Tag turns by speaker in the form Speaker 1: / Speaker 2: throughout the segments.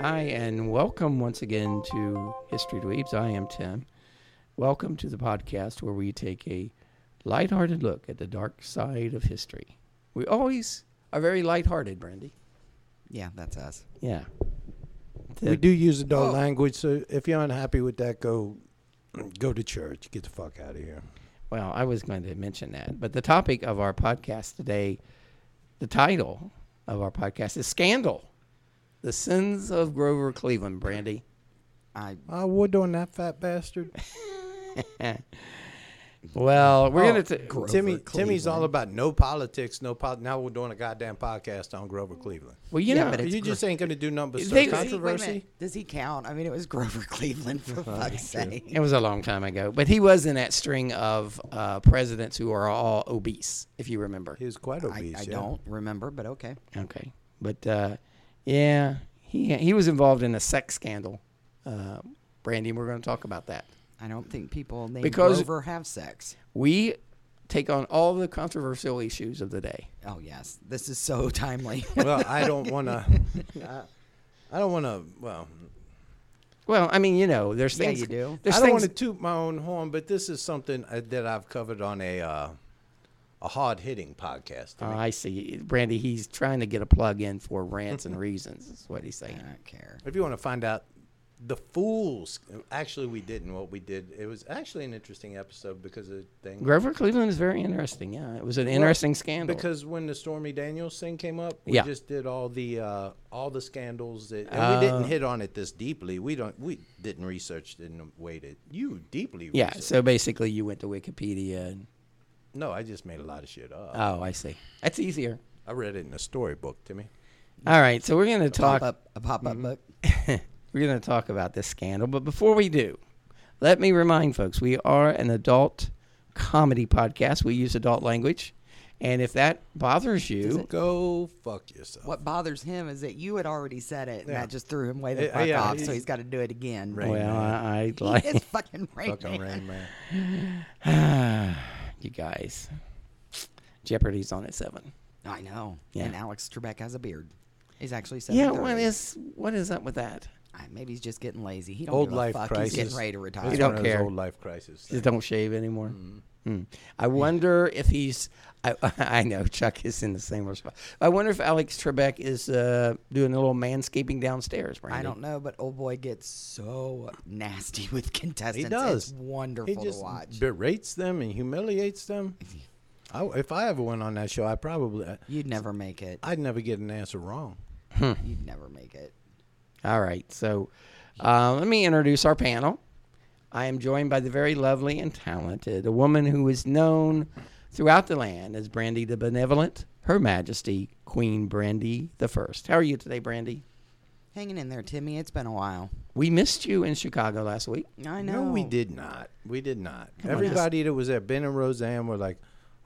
Speaker 1: Hi, and welcome once again to History Dweebs. I am Tim. Welcome to the podcast where we take a lighthearted look at the dark side of history. We always are very lighthearted, Brandy.
Speaker 2: Yeah, that's us.
Speaker 1: Yeah.
Speaker 3: We do use adult language, so if you're unhappy with that, go go to church. Get the fuck out of here.
Speaker 1: Well, I was going to mention that. But the topic of our podcast today, the title of our podcast is Scandal The Sins of Grover Cleveland, Brandy.
Speaker 2: I
Speaker 3: I would on that fat bastard.
Speaker 1: Well, we're
Speaker 3: Oh,
Speaker 1: going to.
Speaker 2: Grover
Speaker 3: Timmy, Timmy's
Speaker 2: Cleveland.
Speaker 3: all about no politics, no pol. Now we're doing a goddamn podcast on Grover Cleveland.
Speaker 1: Well, you
Speaker 2: Yeah,
Speaker 1: know,
Speaker 2: but it's
Speaker 3: you just ain't gonna do nothing but
Speaker 1: They-
Speaker 3: stir
Speaker 1: Wait a minute.
Speaker 3: controversy.
Speaker 2: Does he count? I mean, it was Grover Cleveland for fuck's sake.
Speaker 1: It was a long time ago, but he was in that string of uh, presidents who are all obese, if you remember.
Speaker 3: He was quite
Speaker 2: I,
Speaker 3: obese.
Speaker 2: I
Speaker 3: yeah.
Speaker 2: don't remember, but okay.
Speaker 1: Okay, but uh, yeah, he he was involved in a sex scandal. Uh, Brandy, we're going to talk about that.
Speaker 2: I don't think people named
Speaker 1: Because-
Speaker 2: Grover have sex.
Speaker 1: We take on all the controversial issues of the day.
Speaker 2: Oh yes, this is so timely.
Speaker 3: Well, I don't want to. I, I don't want to. Well,
Speaker 1: Well, I mean, you know, there's
Speaker 2: Yeah,
Speaker 1: things
Speaker 2: you do.
Speaker 1: There's
Speaker 3: I don't
Speaker 1: things,
Speaker 3: want to toot my own horn, but this is something uh, that I've covered on a uh, a hard hitting podcast.
Speaker 1: Oh, I see, Brandy. He's trying to get a plug in for rants and reasons. Is what he's saying.
Speaker 2: I don't care.
Speaker 3: If you want to find out the fools, actually, we didn't. What we did, it was actually an interesting episode because of the thing.
Speaker 1: Grover Cleveland is very interesting. Yeah, it was an
Speaker 3: Well,
Speaker 1: interesting scandal.
Speaker 3: Because when the Stormy Daniels thing came up, we
Speaker 1: Yeah. Uh.
Speaker 3: just did all the uh, all the scandals that, and we didn't hit on it this deeply. We don't. We didn't research in a way that you deeply.
Speaker 1: yeah,
Speaker 3: researched.
Speaker 1: so basically, you went to Wikipedia and
Speaker 3: No, I just made a lot of shit up.
Speaker 1: Oh, I see. That's easier.
Speaker 3: I read it in a storybook, Timmy.
Speaker 1: All right, so we're going to
Speaker 2: Pop
Speaker 1: talk.
Speaker 2: up a pop up book.
Speaker 1: We're going to talk about this scandal, but before we do, let me remind folks: we are an adult comedy podcast. We use adult language, and if that bothers you,
Speaker 3: Go fuck yourself.
Speaker 2: What bothers him is that you had already said it, and
Speaker 3: Yeah.
Speaker 2: that just threw him way the
Speaker 3: Uh,
Speaker 2: fuck
Speaker 3: yeah,
Speaker 2: off. So
Speaker 3: he's-
Speaker 2: he's got to do it again.
Speaker 3: Right.
Speaker 1: well, I, I'd
Speaker 2: He is
Speaker 1: like
Speaker 2: fucking right.
Speaker 3: Fucking Rain Man.
Speaker 1: you guys. Jeopardy's on at seven.
Speaker 2: I know.
Speaker 1: Yeah.
Speaker 2: And Alex Trebek has a beard. He's actually seven.
Speaker 1: Yeah, what is what is up with that?
Speaker 2: Maybe he's just getting lazy. He don't
Speaker 3: Old
Speaker 2: give a
Speaker 3: life
Speaker 2: fuck.
Speaker 3: crisis.
Speaker 2: He's getting ready to retire.
Speaker 3: It's
Speaker 1: don't
Speaker 3: one of those
Speaker 1: care.
Speaker 3: Old life crisis.
Speaker 1: Just don't shave anymore.
Speaker 3: Mm-hmm.
Speaker 1: Hmm. I wonder if he's. I, I know Chuck is in the same spot. I wonder if Alex Trebek is uh, doing a little manscaping downstairs. Brandy.
Speaker 2: I don't know, but old boy gets so nasty with contestants.
Speaker 3: He does.
Speaker 2: It's wonderful
Speaker 3: he just
Speaker 2: to watch.
Speaker 3: Berates them and humiliates them. I, if I ever went on that show, I probably
Speaker 2: You'd never make it.
Speaker 3: I'd never get an answer wrong.
Speaker 2: You'd never make it.
Speaker 1: All right. So uh, let me introduce our panel. I am joined by the very lovely and talented, a woman who is known throughout the land as Brandy the Benevolent, Her Majesty Queen Brandy the First. How are you today, Brandy?
Speaker 2: Hanging in there, Timmy. It's been a while.
Speaker 1: We missed you in Chicago last week.
Speaker 2: I know.
Speaker 3: No, we did not. We did not. Everybody that was at Ben and Roseanne were like,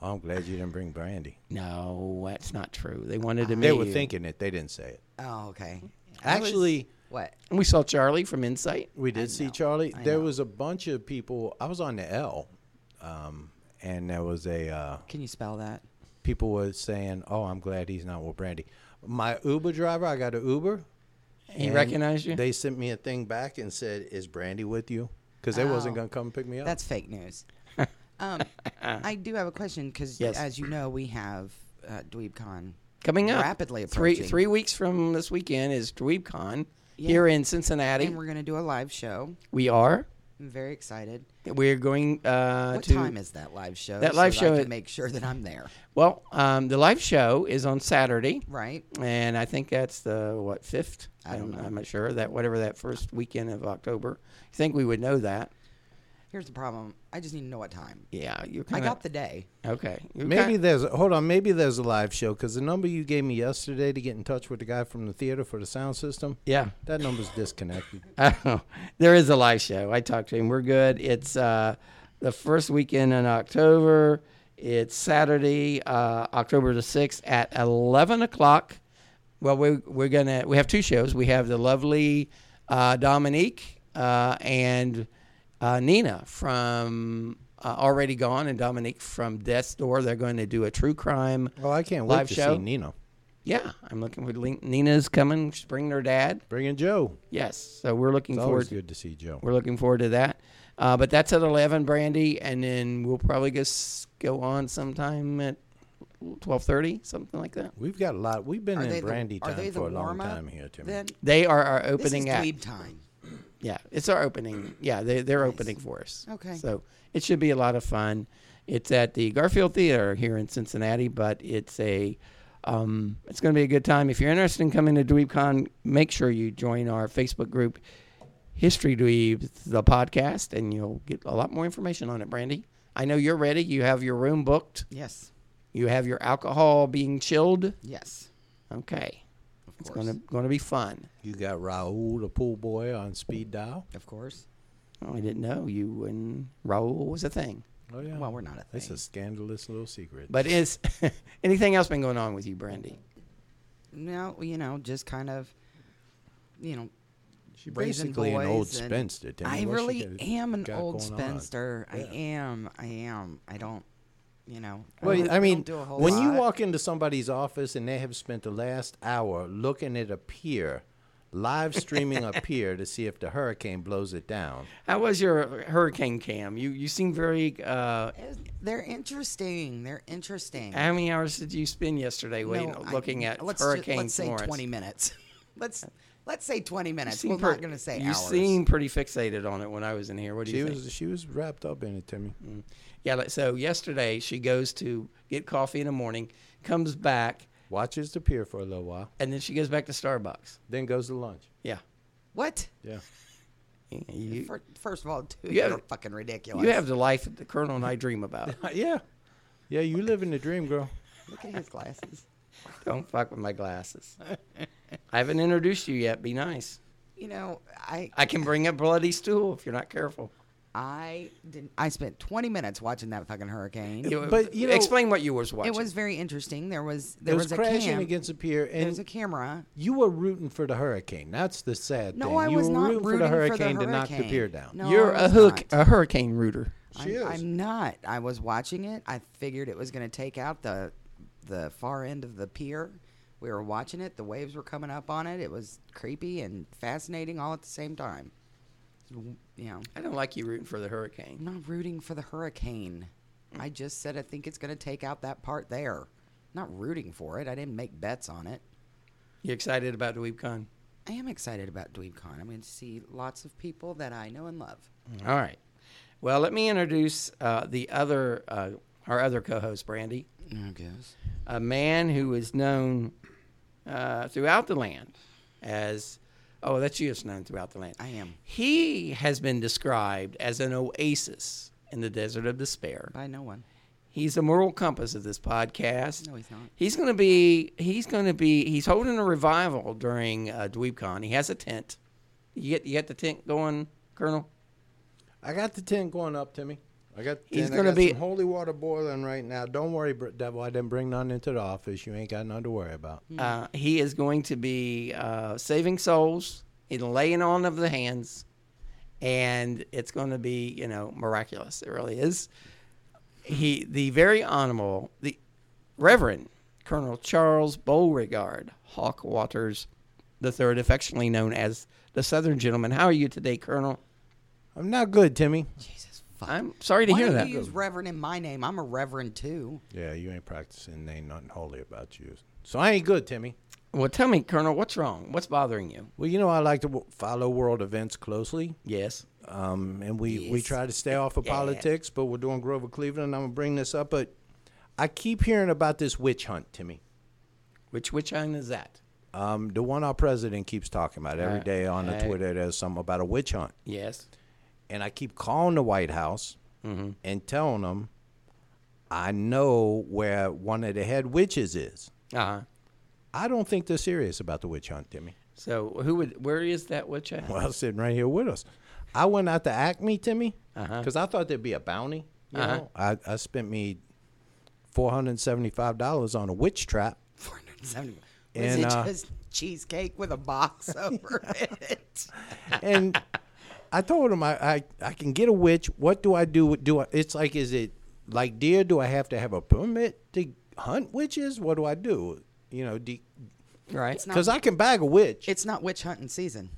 Speaker 3: "Oh, "I'm glad you didn't bring Brandy."
Speaker 1: No, that's not true. They wanted to uh, meet
Speaker 3: Ah. They were
Speaker 1: you.
Speaker 3: thinking it. They didn't say it.
Speaker 2: Oh, okay. I was-
Speaker 3: Actually,
Speaker 2: what?
Speaker 1: And we saw Charlie from Insight.
Speaker 3: we did see Charlie. There was a bunch of people. I was on the L, um, and there was a. Uh,
Speaker 2: Can you spell that?
Speaker 3: people were saying, "Oh, I'm glad he's not with Brandy." My Uber driver, I got an Uber.
Speaker 1: He
Speaker 3: And
Speaker 1: recognized you?
Speaker 3: They sent me a thing back and said, "Is Brandy with you?" Because they wasn't
Speaker 2: Oh.
Speaker 3: gonna come pick me up.
Speaker 2: That's fake news. um, I do have a question because,
Speaker 1: Yes.
Speaker 2: as you know, we have uh, DweebCon
Speaker 1: Coming up
Speaker 2: rapidly
Speaker 1: three
Speaker 2: approaching.
Speaker 1: three weeks from this weekend is DweebCon here in Cincinnati.
Speaker 2: and we're going to do a live show.
Speaker 1: we are.
Speaker 2: I'm very excited.
Speaker 1: We're going uh,
Speaker 2: What
Speaker 1: to
Speaker 2: time is that live show?
Speaker 1: That
Speaker 2: so
Speaker 1: live show
Speaker 2: I
Speaker 1: i-
Speaker 2: can make sure that I'm there.
Speaker 1: well. Um, the live show is on Saturday,
Speaker 2: Right.
Speaker 1: and I think that's the what fifth. I
Speaker 2: don't know.
Speaker 1: I'm not sure that whatever that first weekend of October. You think we would know that?
Speaker 2: Here's the problem. I just need to know what time.
Speaker 1: Yeah, you're
Speaker 2: I
Speaker 1: kind
Speaker 2: got the day.
Speaker 1: okay. You're
Speaker 3: Maybe
Speaker 1: kin-
Speaker 3: there's hold on. Maybe there's a live show because the number you gave me yesterday to get in touch with the guy from the theater for the sound system.
Speaker 1: Yeah.
Speaker 3: that number's disconnected.
Speaker 1: Oh, there is a live show. I talked to him. We're good. It's uh, the first weekend in October. It's Saturday, uh, October the sixth at eleven o'clock. Well, we we're gonna we have two shows. We have the lovely uh, Dominique uh, and uh, Nina from uh, Already Gone and Dominique from Death's Door. They're going to do a true crime.
Speaker 3: Well, I can't wait
Speaker 1: live
Speaker 3: to
Speaker 1: show.
Speaker 3: see Nino.
Speaker 1: Yeah, I'm looking for Lin- Nina's coming. She's bringing her dad.
Speaker 3: Bring in Joe.
Speaker 1: Yes, so we're looking
Speaker 3: It's
Speaker 1: forward.
Speaker 3: always
Speaker 1: to
Speaker 3: good to see Joe.
Speaker 1: we're looking forward to that. Uh, but that's at eleven, Brandy, and then we'll probably just go on sometime at twelve thirty, something like that.
Speaker 3: We've got a lot. We've been
Speaker 2: Are they
Speaker 3: in
Speaker 2: the-
Speaker 3: Brandy
Speaker 2: are they
Speaker 3: time
Speaker 2: the
Speaker 3: for a long
Speaker 2: warm-up
Speaker 3: time here, Timmy.
Speaker 2: Then
Speaker 1: They are our
Speaker 2: this is
Speaker 1: opening act.
Speaker 2: dweeb time.
Speaker 1: Yeah, it's our opening. Yeah, they, they're opening for us.
Speaker 2: Okay.
Speaker 1: So it should be a lot of fun. It's at the Garfield Theater here in Cincinnati, but it's a um, it's going to be a good time. If you're interested in coming to DweebCon, make sure you join our Facebook group, History Dweebs, the podcast, and you'll get a lot more information on it. Brandy, I know you're ready. You have your room booked.
Speaker 2: Yes.
Speaker 1: You have your alcohol being chilled.
Speaker 2: Yes.
Speaker 1: Okay. It's
Speaker 2: course.
Speaker 1: going to going to be fun.
Speaker 3: You got Raul, the pool boy, on speed dial.
Speaker 2: Of course.
Speaker 1: Oh, I didn't know you and Raul was a thing.
Speaker 3: Oh yeah.
Speaker 2: Well, we're not a
Speaker 3: It's
Speaker 2: thing.
Speaker 3: a scandalous little secret.
Speaker 1: But is anything else been going on with you, Brandy?
Speaker 2: No, you know, just kind of, you know,
Speaker 3: She's
Speaker 2: raising
Speaker 3: basically an old
Speaker 2: boys and-
Speaker 3: spinster. Timmy.
Speaker 2: I
Speaker 3: What she
Speaker 2: really
Speaker 3: got-
Speaker 2: am an
Speaker 3: got
Speaker 2: old
Speaker 3: going on?
Speaker 2: spinster. I am. I am. I don't. You know.
Speaker 3: Well,
Speaker 2: don't-
Speaker 3: I mean,
Speaker 2: don't do a whole
Speaker 3: when you
Speaker 2: lot.
Speaker 3: walk into somebody's office and they have spent the last hour looking at a pier, live streaming a pier to see if the hurricane blows it down.
Speaker 1: How was your hurricane cam? You you seem very. Uh,
Speaker 2: they're interesting. They're interesting.
Speaker 1: how many hours did you spend yesterday waiting,
Speaker 2: No, I-
Speaker 1: looking at
Speaker 2: let's ju-
Speaker 1: Hurricane
Speaker 2: Let's say
Speaker 1: Florence?
Speaker 2: twenty minutes. let's let's say twenty
Speaker 1: You
Speaker 2: minutes.
Speaker 1: seem
Speaker 2: We're
Speaker 1: per-
Speaker 2: not going to say
Speaker 1: you
Speaker 2: hours.
Speaker 1: seem pretty fixated on it when I was in here. What do
Speaker 3: She
Speaker 1: you think?
Speaker 3: was she was wrapped up in it, Timmy.
Speaker 2: Mm.
Speaker 1: yeah. like, So yesterday she goes to get coffee in the morning, comes back,
Speaker 3: Watches the pier for a little while,
Speaker 1: and then she goes back to Starbucks.
Speaker 3: then goes to lunch.
Speaker 1: Yeah.
Speaker 2: what?
Speaker 3: Yeah.
Speaker 1: You,
Speaker 2: Fir- First of all, dude,
Speaker 1: You
Speaker 2: you
Speaker 1: have-
Speaker 2: are fucking ridiculous.
Speaker 1: you have the life that the Colonel and I dream about.
Speaker 3: yeah. Yeah, you live in the dream, girl.
Speaker 2: look at his glasses.
Speaker 1: Don't fuck with my glasses. I haven't introduced you yet. Be nice.
Speaker 2: You know, I
Speaker 1: I can bring a bloody stool if you're not careful.
Speaker 2: I didn't. I spent twenty minutes watching that fucking hurricane.
Speaker 1: You-
Speaker 3: But, you know-
Speaker 1: explain what you was watching.
Speaker 2: It was very interesting. There was there
Speaker 3: It was,
Speaker 2: a
Speaker 3: crashing
Speaker 2: cam.
Speaker 3: against a pier,
Speaker 2: There was
Speaker 3: and
Speaker 2: a camera.
Speaker 3: you were rooting for the hurricane. That's the sad
Speaker 2: No,
Speaker 3: thing.
Speaker 2: I
Speaker 3: you
Speaker 2: was
Speaker 3: were
Speaker 2: not
Speaker 3: rooting, for the
Speaker 2: rooting for the
Speaker 3: hurricane to knock the
Speaker 2: hurricane.
Speaker 3: pier down.
Speaker 2: No,
Speaker 1: you're
Speaker 2: I
Speaker 1: a
Speaker 2: was
Speaker 1: hook,
Speaker 2: not.
Speaker 1: a hurricane rooter.
Speaker 2: I'm, I'm not. I was watching it. I figured it was going to take out the the far end of the pier. We were watching it. The waves were coming up on it. It was creepy and fascinating all at the same time. You know,
Speaker 1: I don't like you rooting for the
Speaker 2: I'm
Speaker 1: hurricane.
Speaker 2: not rooting for the hurricane. I just said I think it's going to take out that part there. Not rooting for it. I didn't make bets on it.
Speaker 1: You excited about DweebCon?
Speaker 2: I am excited about DweebCon. I'm going to see lots of people that I know and love.
Speaker 1: Mm, All right. Well, let me introduce uh, the other uh, our other co-host, Brandy,
Speaker 2: I guess.
Speaker 1: a man who is known uh, throughout the land as oh, that's you. It's known throughout the land.
Speaker 2: I am.
Speaker 1: He has been described as an oasis in the desert of despair.
Speaker 2: By no one.
Speaker 1: He's the moral compass of this podcast.
Speaker 2: No, he's not.
Speaker 1: He's going to be. He's going to be. He's holding a revival during uh, DweebCon. He has a tent. You get. You got the tent going, Colonel.
Speaker 3: I got the tent going up, Timmy. I got. The
Speaker 1: He's
Speaker 3: tent. I
Speaker 1: gonna
Speaker 3: got
Speaker 1: be-
Speaker 3: some holy water boiling right now. Don't worry, Br- devil. I didn't bring none into the office. You ain't got nothing to worry about.
Speaker 1: Uh,
Speaker 2: Mm-hmm.
Speaker 1: he is going to be uh, saving souls and laying on of the hands, and it's going to be you know miraculous. It really is. He
Speaker 2: Mm-hmm.
Speaker 1: the very honorable the Reverend Colonel Charles Beauregard Hawk Waters the third, affectionately known as the Southern Gentleman. How are you today, Colonel?
Speaker 3: I'm not good, Timmy.
Speaker 2: Jesus.
Speaker 1: I'm sorry to
Speaker 2: Why
Speaker 1: hear
Speaker 2: don't
Speaker 1: that.
Speaker 2: you use Reverend in my name? I'm a Reverend too.
Speaker 3: Yeah, you ain't practicing. Ain't nothing holy about you. So I ain't good, Timmy.
Speaker 1: Well, tell me, Colonel, what's wrong? What's bothering you?
Speaker 3: Well, you know I like to w- follow world events closely,
Speaker 1: Yes.
Speaker 3: um, and we, we try to stay off of politics. But we're doing Grover Cleveland. I'm gonna bring this up, but I keep hearing about this witch hunt, Timmy.
Speaker 1: Which which one is that?
Speaker 3: Um, the one our president keeps talking about every day on the Twitter. There's something about a witch hunt.
Speaker 1: Yes.
Speaker 3: and I keep calling the White House and telling them I know where one of the head witches is.
Speaker 1: Uh-huh.
Speaker 3: I don't think they're serious about the witch hunt, Timmy.
Speaker 1: So who would? Where is that witch at?
Speaker 3: Well, sitting right here with us. I went out to Acme, Timmy, because I thought there'd be a bounty. You know, I, I spent me four hundred seventy-five dollars on a witch trap.
Speaker 2: 470. Was
Speaker 3: And,
Speaker 2: it
Speaker 3: uh,
Speaker 2: just cheesecake with a box over it?
Speaker 3: and I told him I, I I can get a witch. What do I do? with- Do I? It's like is it like deer? Do I have to have a permit to hunt witches? What do I do? You know,
Speaker 1: Right.
Speaker 2: It's not-
Speaker 3: because I can bag a witch.
Speaker 2: It's not witch hunting season.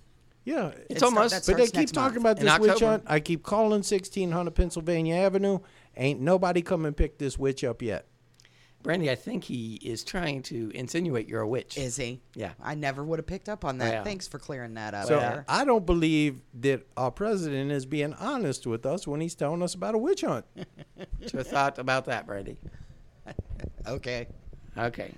Speaker 3: yeah,
Speaker 1: It's almost-
Speaker 2: that
Speaker 3: But they
Speaker 2: starts
Speaker 3: keep
Speaker 2: next
Speaker 3: talking
Speaker 2: month.
Speaker 3: about
Speaker 1: In
Speaker 3: this witch
Speaker 1: October.
Speaker 3: hunt. I keep calling sixteen hundred Pennsylvania Avenue. Ain't nobody come and pick this witch up yet.
Speaker 1: Brandy, I think he is trying to insinuate you're a witch.
Speaker 2: Is he?
Speaker 1: Yeah.
Speaker 2: I never would have picked up on that.
Speaker 1: Yeah.
Speaker 2: Thanks for clearing that up.
Speaker 3: So
Speaker 2: there.
Speaker 3: I don't believe that our president is being honest with us when he's telling us about a witch hunt.
Speaker 1: your thought about that, Brandy?
Speaker 2: okay.
Speaker 1: Okay.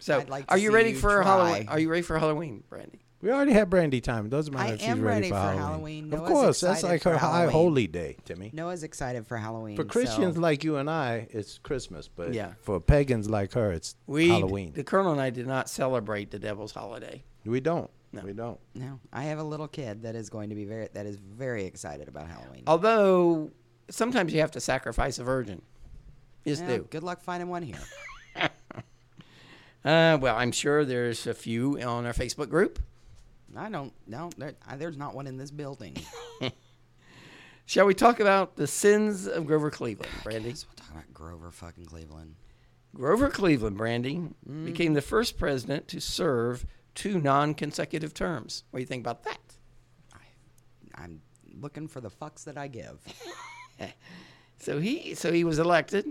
Speaker 1: So,
Speaker 2: I'd like to
Speaker 1: are you
Speaker 2: see
Speaker 1: ready
Speaker 2: you
Speaker 1: for
Speaker 2: try.
Speaker 1: Halloween? Are you ready for Halloween, Brandy?
Speaker 3: We already had brandy time. It doesn't matter
Speaker 2: I
Speaker 3: if she's
Speaker 2: am
Speaker 3: ready,
Speaker 2: ready
Speaker 3: for,
Speaker 2: for
Speaker 3: Halloween.
Speaker 2: Halloween.
Speaker 3: Of
Speaker 2: Noah's
Speaker 3: course, that's
Speaker 2: excited
Speaker 3: like
Speaker 2: for
Speaker 3: her high
Speaker 2: Halloween.
Speaker 3: holy day, Timmy.
Speaker 2: Noah's excited for Halloween.
Speaker 3: For Christians
Speaker 2: so-
Speaker 3: like you and I, it's Christmas, but
Speaker 1: Yeah.
Speaker 3: for pagans like her, it's
Speaker 1: We
Speaker 3: Halloween.
Speaker 1: The Colonel and I did not celebrate the Devil's Holiday.
Speaker 3: we don't. We don't.
Speaker 2: no, I have a little kid that is going to be very that is very excited about Halloween.
Speaker 1: Although sometimes you have to sacrifice a virgin. Just
Speaker 2: Yeah,
Speaker 1: do.
Speaker 2: Good luck finding one here.
Speaker 1: Uh, well, I'm sure there's a few on our Facebook group.
Speaker 2: I don't. No, there, I, there's not one in this building.
Speaker 1: Shall we talk about the sins of Grover Cleveland, Brandy?
Speaker 2: We'll talk about Grover fucking Cleveland.
Speaker 1: Grover Cleveland, Brandy, became the first president to serve two non consecutive terms. What do you think about that?
Speaker 2: I'm looking for the fucks that I give.
Speaker 1: So he so he was elected.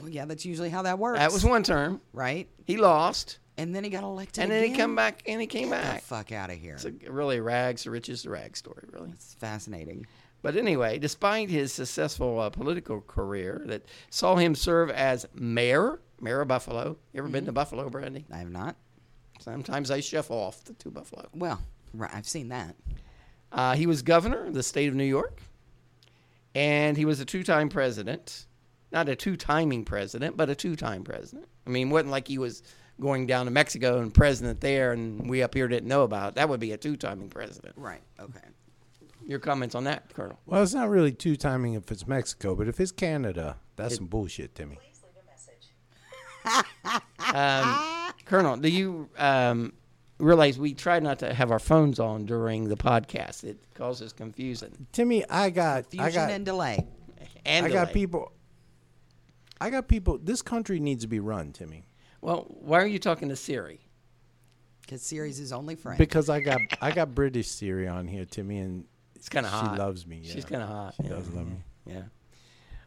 Speaker 2: Well, yeah, that's usually how that works.
Speaker 1: That was one term.
Speaker 2: right.
Speaker 1: He lost.
Speaker 2: And then he got elected.
Speaker 1: And then he
Speaker 2: again?
Speaker 1: come back and he came
Speaker 2: Get
Speaker 1: back.
Speaker 2: The fuck out of here.
Speaker 1: It's a really rags to riches to rag story, really.
Speaker 2: It's fascinating.
Speaker 1: But anyway, despite his successful uh, political career that saw him serve as mayor, mayor of Buffalo. You ever been to Buffalo, Brandy?
Speaker 2: I have not.
Speaker 1: Sometimes I shuffle off the two Buffalo.
Speaker 2: Well, right, I've seen that.
Speaker 1: Uh, he was governor of the state of New York, and he was a two-time president. Not a two-timing president, but a two-time president. I mean, it wasn't like he was going down to Mexico and president there, and we up here didn't know about it. That would be a two-timing president.
Speaker 2: Right. Okay.
Speaker 1: Your comments on that, Colonel?
Speaker 3: Well, it's not really two timing if it's Mexico, but if it's Canada, that's some bullshit, Timmy.
Speaker 1: Colonel, do you um, realize we try not to have our phones on during the podcast? It causes confusion.
Speaker 3: Timmy, I got, I
Speaker 2: Fusion
Speaker 3: got,
Speaker 2: and delay.
Speaker 1: And
Speaker 3: I got
Speaker 1: delay.
Speaker 3: people. I got people. This country needs to be run, Timmy,
Speaker 1: Well, why are you talking to Siri?
Speaker 2: Because Siri's his only friend.
Speaker 3: because I got, I got British Siri on here, Timmy, and
Speaker 1: It's kind of
Speaker 3: she
Speaker 1: hot.
Speaker 3: loves me.
Speaker 1: She's
Speaker 3: yeah.
Speaker 1: kind of hot.
Speaker 3: She
Speaker 1: yeah.
Speaker 3: does love me.
Speaker 1: Yeah.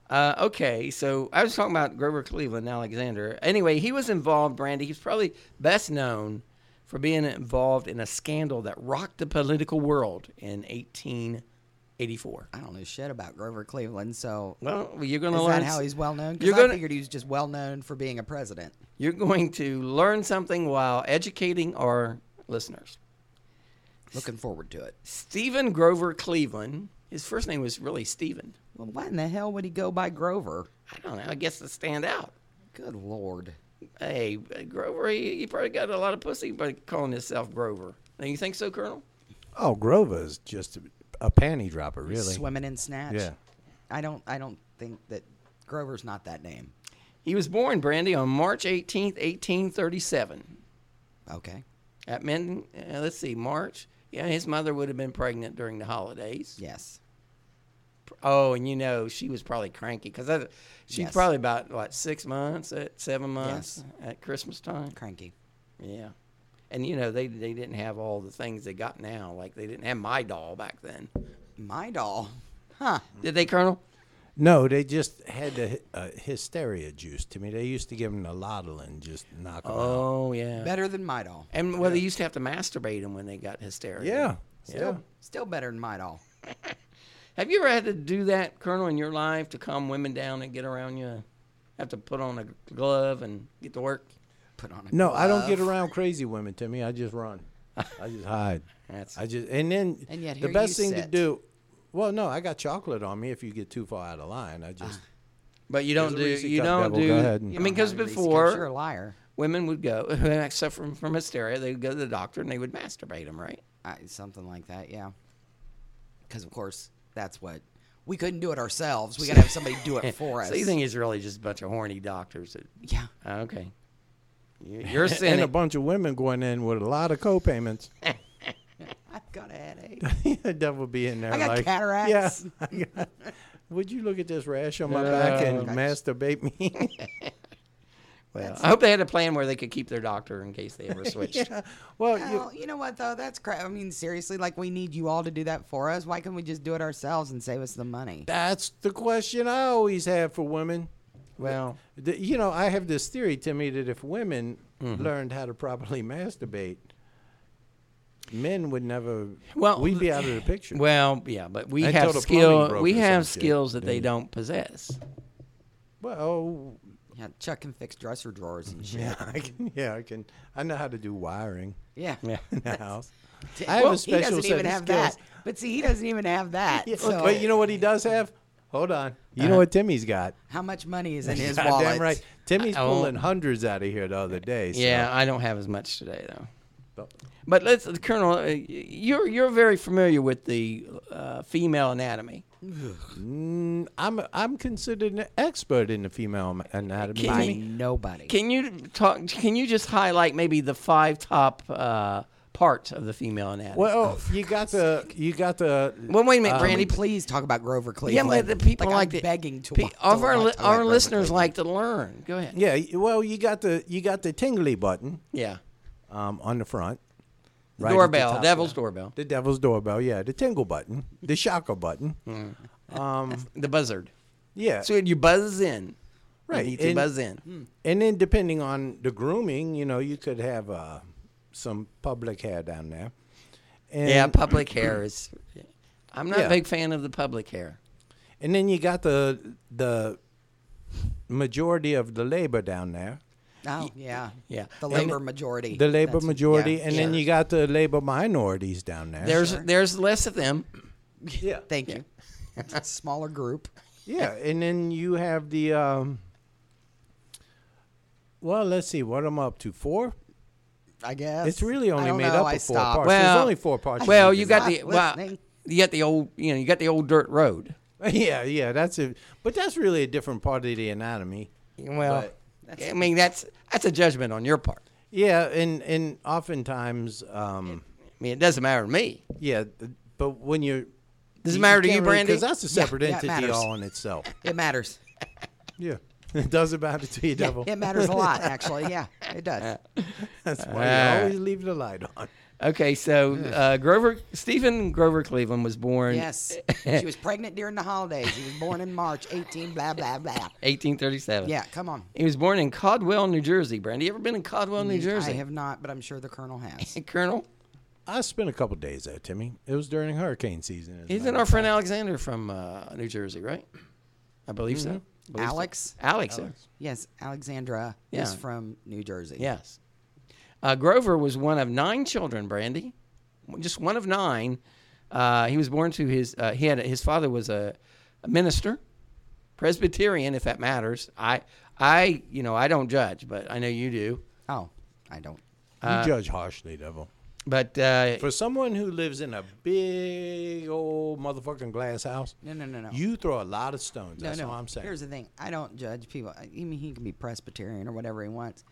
Speaker 1: Uh, okay, so I was talking about Grover Cleveland Alexander. Anyway, he was involved, Brandy. He's probably best known for being involved in a scandal that rocked the political world in 1884.
Speaker 2: I don't know shit about Grover Cleveland, so
Speaker 1: Well, you're going to
Speaker 2: is
Speaker 1: learn
Speaker 2: that how he's well known?
Speaker 1: You're
Speaker 2: Because I
Speaker 1: going to
Speaker 2: figured he was just well known for being a president.
Speaker 1: you're going to learn something while educating our listeners.
Speaker 2: Looking forward to it.
Speaker 1: Stephen Grover Cleveland. His first name was really Stephen.
Speaker 2: Well, why in the hell would he go by Grover?
Speaker 1: I don't know. I guess to stand out.
Speaker 2: Good lord.
Speaker 1: Hey, Grover, he, he probably got a lot of pussy by calling himself Grover. Now, you think so, Colonel?
Speaker 3: Oh, Grover's just a, a panty dropper, really.
Speaker 2: Swimming in snatch.
Speaker 3: Yeah.
Speaker 2: I don't. I don't think that Grover's not that name.
Speaker 1: He was born, Brandy, on March 18th, 1837.
Speaker 2: Okay.
Speaker 1: That meant, uh, let's see, March. Yeah, his mother would have been pregnant during the holidays.
Speaker 2: Yes.
Speaker 1: Oh, and you know, she was probably cranky because she's
Speaker 2: Yes.
Speaker 1: probably about, what, six months, uh, seven months at Christmas time?
Speaker 2: Cranky.
Speaker 1: Yeah. And you know, they they didn't have all the things they got now. Like they didn't have my doll back then.
Speaker 2: My doll. Huh.
Speaker 1: Did they, Colonel?
Speaker 3: No, they just had the hy- uh, hysteria juice to me. They used to give them the Lottle and just knock them out.
Speaker 1: Oh yeah.
Speaker 2: Better than my doll.
Speaker 1: And well, they used to have to masturbate them when they got hysteria.
Speaker 3: Yeah. Yeah.
Speaker 2: Still better than my doll.
Speaker 1: Have you ever had to do that, Colonel, in your life to calm women down and get around you? Have to put on a glove and get to work.
Speaker 2: Put on a
Speaker 3: No, I don't get
Speaker 2: Uh,
Speaker 3: around crazy women. To me, I just run. I just hide.
Speaker 1: That's-
Speaker 3: I just and then
Speaker 2: And yet
Speaker 3: the
Speaker 2: here
Speaker 3: best
Speaker 2: you
Speaker 3: thing to
Speaker 2: sit.
Speaker 3: do. Well, no, I got chocolate on me. If you get too far out of line, I just
Speaker 2: Ah.
Speaker 1: But you don't do.
Speaker 3: Here's a Reese
Speaker 1: You
Speaker 3: cup,
Speaker 1: don't
Speaker 3: Devil.
Speaker 1: do.
Speaker 3: Go ahead and-
Speaker 1: I mean, because
Speaker 2: Reese cups. you're a
Speaker 1: before
Speaker 2: liar.
Speaker 1: women would go, except from from hysteria, they would go to the doctor and they would masturbate them, right?
Speaker 2: I, something like that. Yeah. Because of course that's what we couldn't do it ourselves. We gotta have somebody do it for us.
Speaker 1: So you think it's really just a bunch of horny doctors? That,
Speaker 2: Yeah.
Speaker 1: okay. You- You're
Speaker 3: and a
Speaker 1: sinning.
Speaker 3: bunch of women going in with a lot of co-payments.
Speaker 2: I've got a headache.
Speaker 3: that would be in there.
Speaker 2: I got
Speaker 3: like,
Speaker 2: cataracts.
Speaker 3: Yeah. I got- would you look at this rash on my back and masturbate me?
Speaker 1: Well, I hope they had a plan where they could keep their doctor in case they ever switched.
Speaker 3: well, you,
Speaker 2: Well, you know what though? That's crap. I mean, seriously, like we need you all to do that for us. Why can't we just do it ourselves and save us the money?
Speaker 3: that's the question I always have for women.
Speaker 1: Well,
Speaker 3: The, you know, I have this theory to me that if women
Speaker 1: Mm-hmm.
Speaker 3: learned how to properly masturbate, men would never.
Speaker 1: Well,
Speaker 3: we'd be out of the picture.
Speaker 1: well, yeah, but we
Speaker 3: Until
Speaker 1: have
Speaker 3: the plumbing
Speaker 1: skill.
Speaker 3: broke
Speaker 1: We
Speaker 3: or
Speaker 1: have
Speaker 3: some shit,
Speaker 1: skills that they
Speaker 3: didn't
Speaker 1: don't possess.
Speaker 3: Well,
Speaker 2: Yeah, Chuck can fix dresser drawers and shit.
Speaker 3: yeah, I can. Yeah, I can. I know how to do wiring
Speaker 2: Yeah.
Speaker 3: now. I have
Speaker 2: Well,
Speaker 3: a special
Speaker 2: he doesn't
Speaker 3: set
Speaker 2: even
Speaker 3: of
Speaker 2: have
Speaker 3: skills.
Speaker 2: that. But see, he doesn't even have that.
Speaker 3: Yeah,
Speaker 2: so
Speaker 3: but you know what he does have? Hold on. You know what Timmy's got?
Speaker 2: how much money is in his
Speaker 3: Goddamn
Speaker 2: wallet?
Speaker 3: right. Timmy's
Speaker 1: I- I
Speaker 3: pulling
Speaker 1: won't-
Speaker 3: hundreds out of here the other day. So.
Speaker 1: Yeah, I don't have as much today though.
Speaker 3: But-
Speaker 1: But let's, Colonel, uh, you're you're very familiar with the uh, female anatomy.
Speaker 3: I'm I'm considered an expert in the female ma- anatomy.
Speaker 2: By
Speaker 3: Timmy.
Speaker 2: nobody.
Speaker 1: Can you talk? Can you just highlight maybe the five top uh, parts of the female anatomy?
Speaker 2: oh,
Speaker 3: Well, you got the you got the
Speaker 1: well wait a minute,
Speaker 2: Can we
Speaker 1: Brandy.
Speaker 2: please talk about Grover
Speaker 1: yeah,
Speaker 2: Cleveland?
Speaker 1: but the people
Speaker 2: um, like,
Speaker 1: like,
Speaker 2: I'm
Speaker 1: to-
Speaker 2: begging to.
Speaker 1: pe-
Speaker 2: watch-
Speaker 1: Of
Speaker 2: to
Speaker 1: our
Speaker 2: watch
Speaker 1: li-
Speaker 2: the
Speaker 1: our
Speaker 2: Grover
Speaker 1: listeners
Speaker 2: Cleveland.
Speaker 1: like to learn. Go ahead.
Speaker 3: yeah. Well, you got the you got the tingly button
Speaker 1: Yeah.
Speaker 3: um, on the front.
Speaker 1: The
Speaker 3: right at the
Speaker 1: doorbell,
Speaker 3: top.
Speaker 1: devil's doorbell,
Speaker 3: The devil's doorbell. Yeah, the tingle button, the shocker button. Um,
Speaker 1: the buzzard.
Speaker 3: yeah,
Speaker 1: Mm. So you buzz in.
Speaker 3: Right,
Speaker 1: You need to
Speaker 3: and- hmm.
Speaker 1: buzz in.
Speaker 3: and then depending on the grooming, you know, you could have uh, some public hair down there. And,
Speaker 1: yeah, public hair is. I'm not
Speaker 3: Yeah.
Speaker 1: a big fan of the public hair.
Speaker 3: and then you got the the majority of the labor down there.
Speaker 2: Oh yeah,
Speaker 1: yeah.
Speaker 2: The
Speaker 1: And
Speaker 2: labor majority.
Speaker 3: The labor
Speaker 2: That's-
Speaker 3: majority,
Speaker 2: yeah.
Speaker 3: and then you got the labor minorities down there.
Speaker 1: There's there's less of them.
Speaker 3: yeah,
Speaker 2: Thank you. Smaller group.
Speaker 3: yeah, and then you have the. Um, well, let's see what I'm up to. Four.
Speaker 2: I guess
Speaker 3: It's really
Speaker 2: I
Speaker 3: only
Speaker 2: don't
Speaker 3: made
Speaker 2: know,
Speaker 3: up
Speaker 2: I
Speaker 3: of four
Speaker 2: stopped.
Speaker 3: parts. There's only four parts.
Speaker 1: Well,
Speaker 3: to
Speaker 1: you
Speaker 3: this.
Speaker 1: got the
Speaker 2: Stop
Speaker 1: well,
Speaker 2: listening.
Speaker 1: you got the old you know you got the old dirt road.
Speaker 3: Yeah, yeah, that's a. But that's really a different part of the anatomy.
Speaker 1: Well,
Speaker 3: But-
Speaker 1: I mean that's that's a judgment on your part.
Speaker 3: Yeah, and and oftentimes, um,
Speaker 1: I mean it doesn't matter to me.
Speaker 3: yeah, th- but when you're
Speaker 1: Does it matter to you, Brandy?
Speaker 3: Because that's a separate
Speaker 2: yeah, it
Speaker 3: entity
Speaker 2: matters.
Speaker 3: all in itself.
Speaker 2: It matters.
Speaker 3: Yeah, it does about it to you, devil.
Speaker 2: It matters a lot, actually. Yeah, it does.
Speaker 3: That's why
Speaker 1: Ah.
Speaker 3: you always leave the light on.
Speaker 1: Okay, so uh, Grover Stephen Grover Cleveland was born
Speaker 2: Yes. She was pregnant during the holidays. He was born in March 18, blah, blah, blah.
Speaker 1: 1837.
Speaker 2: Yeah, come on.
Speaker 1: He was born in Caldwell, New Jersey. Brandy, you ever been in Caldwell, New Jersey?
Speaker 2: Mm, I have not, but I'm sure the Colonel has.
Speaker 1: Hey, Colonel,
Speaker 3: I spent a couple days there, Timmy. It was during hurricane season. as a
Speaker 1: isn't
Speaker 3: matter
Speaker 1: our
Speaker 3: of
Speaker 1: friend Alexander from uh, New Jersey, right? I believe so. Believe so.
Speaker 2: Mm-hmm. Alex?
Speaker 1: Alex. yeah.
Speaker 2: Yes, Alexandra is
Speaker 1: Yeah.
Speaker 2: from New Jersey.
Speaker 1: Yes. Uh, Grover was one of nine children, Brandy. Just one of nine. Uh, he was born to his, uh, he had, his father was a, a minister, Presbyterian, if that matters. I, I, you know, I don't judge, but I know you do.
Speaker 2: Oh, I don't. uh,
Speaker 3: fact. you judge harshly, devil.
Speaker 1: But uh,
Speaker 3: For someone who lives in a big old motherfucking glass house,
Speaker 2: No, no, no, no.
Speaker 3: you throw a lot of stones.
Speaker 2: no,
Speaker 3: That's
Speaker 2: no.
Speaker 3: all I'm saying.
Speaker 2: Here's the thing I don't judge people. I mean, he can be Presbyterian or whatever he wants.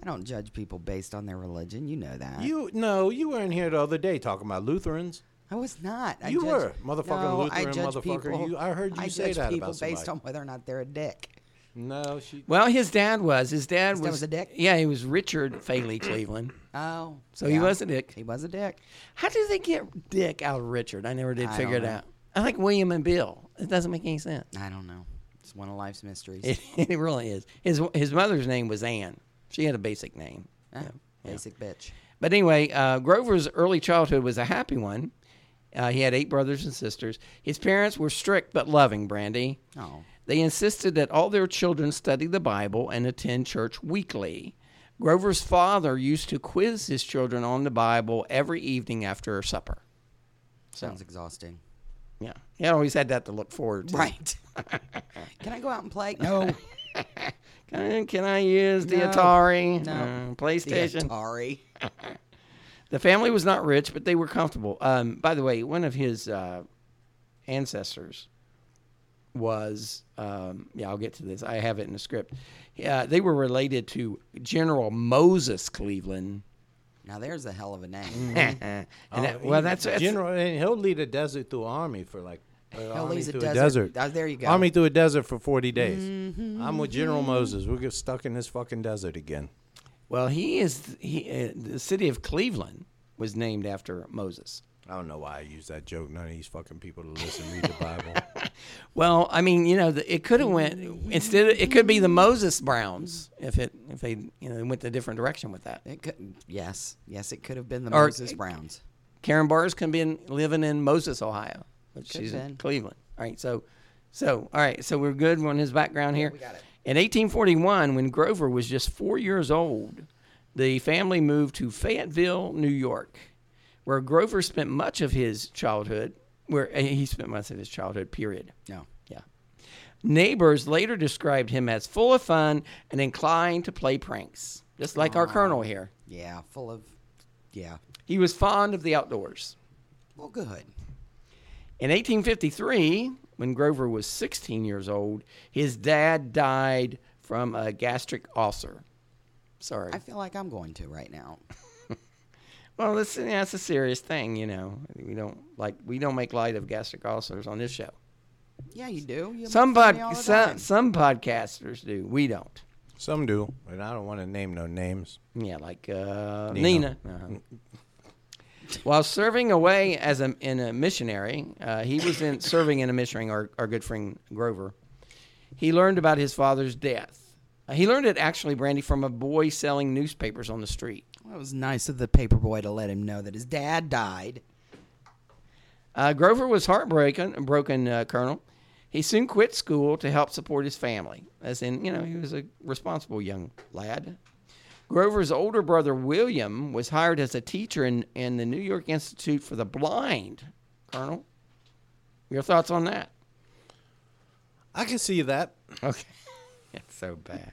Speaker 2: I don't judge people based on their religion. You know that.
Speaker 3: you no, you were in here the other day talking about Lutherans.
Speaker 2: I was not. I
Speaker 3: You
Speaker 2: judge,
Speaker 3: were, motherfucking
Speaker 2: no, I
Speaker 3: Lutheran
Speaker 2: judge
Speaker 3: motherfucker.
Speaker 2: People,
Speaker 3: You- I heard you
Speaker 2: I
Speaker 3: say
Speaker 2: judge
Speaker 3: that about
Speaker 2: people based
Speaker 3: somebody.
Speaker 2: on whether or not they're a dick.
Speaker 3: No, she.
Speaker 1: Well, his dad was. His dad
Speaker 2: His dad
Speaker 1: was,
Speaker 2: was a dick?
Speaker 1: Yeah, he was Richard Faley Cleveland.
Speaker 2: Oh,
Speaker 1: So he
Speaker 2: yeah.
Speaker 1: was a dick.
Speaker 2: He was a dick.
Speaker 1: How do they get Dick out of Richard? I never did
Speaker 2: I
Speaker 1: figure it
Speaker 2: don't know.
Speaker 1: out. I like William and Bill. It doesn't make any sense.
Speaker 2: I don't know. It's one of life's mysteries.
Speaker 1: It, it really is. His his mother's name was Anne. She had a basic name.
Speaker 2: Eh, Basic bitch.
Speaker 1: But anyway, uh, Grover's early childhood was a happy one. Uh, he had eight brothers and sisters. His parents were strict but loving, Brandy.
Speaker 2: Oh.
Speaker 1: They insisted that all their children study the Bible and attend church weekly. Grover's father used to quiz his children on the Bible every evening after supper.
Speaker 2: Sounds exhausting.
Speaker 1: Yeah. He always had that to look forward to.
Speaker 2: Right. Can I go out and play? No.
Speaker 1: Can, can I use the
Speaker 2: No.
Speaker 1: Atari,
Speaker 2: No.
Speaker 1: uh,
Speaker 2: The
Speaker 1: PlayStation?
Speaker 2: Atari.
Speaker 1: The family was not rich, but they were comfortable. Um, by the way, one of his uh, ancestors was, um, yeah, I'll get to this. I have it in the script. Uh, they were related to General Moses Cleveland.
Speaker 2: Now there's a hell of a name.
Speaker 1: And
Speaker 3: Oh,
Speaker 1: that-
Speaker 3: he-
Speaker 1: well, that's, that's
Speaker 3: general, and he'll lead a desert through army for like. uh, army
Speaker 2: leads a
Speaker 3: through
Speaker 2: desert. Oh, there you go. Mm-hmm.
Speaker 3: Army through a desert for forty days. I'm with General Moses. We'll get stuck in this fucking desert again.
Speaker 1: Well, he is. He, uh, the city of Cleveland was named after Moses.
Speaker 3: I don't know why I use that joke. None of these fucking people to listen read the Bible.
Speaker 1: Well, I mean, you know, the, it could have went instead. Of, it could be the Moses Browns if it if they you know went a different direction with that.
Speaker 2: It could, yes, yes, it could have been the
Speaker 1: Or-
Speaker 2: Moses Browns.
Speaker 1: Karen Bars can be in, living in Moses, Ohio, which
Speaker 2: Could
Speaker 1: she's in
Speaker 2: been.
Speaker 1: Cleveland. All right, so, so all right, so we're good on his background here.
Speaker 2: we got it.
Speaker 1: In 1841, when Grover was just four years old, the family moved to Fayetteville, New York, where Grover spent much of his childhood. Where eh, he spent much of his childhood. Period.
Speaker 2: No,
Speaker 1: Yeah. Neighbors later described him as full of fun and inclined to play pranks, just like our colonel here.
Speaker 2: yeah, full of, yeah.
Speaker 1: He was fond of the outdoors.
Speaker 2: Well, good.
Speaker 1: In 1853, when Grover was 16 years old, his dad died from a gastric ulcer. Sorry.
Speaker 2: I feel like I'm going to right now.
Speaker 1: well, that's, yeah, that's a serious thing, you know. We don't like we don't make light of gastric ulcers on this show.
Speaker 2: Yeah, you do. You make
Speaker 1: Some
Speaker 2: fun
Speaker 1: pod,
Speaker 2: of me all the
Speaker 1: some,
Speaker 2: time.
Speaker 1: some podcasters do. We don't.
Speaker 3: Some do, and I don't want to name no names.
Speaker 1: Yeah, like uh, Nina.
Speaker 3: Nina.
Speaker 1: Uh-huh. While serving away as a, in a missionary, uh, he was in serving in a missionary. Our, our good friend Grover, he learned about his father's death. Uh, he learned it actually, Brandy, from a boy selling newspapers on the street.
Speaker 2: Well, it was nice of the paper boy to let him know that his dad died.
Speaker 1: Uh, Grover was heartbroken, broken uh, Colonel. He soon quit school to help support his family, as in, you know, he was a responsible young lad. Grover's older brother William was hired as a teacher in, in the New York Institute for the Blind. Colonel, your thoughts on that?
Speaker 3: I can see that.
Speaker 1: Okay, it's so bad.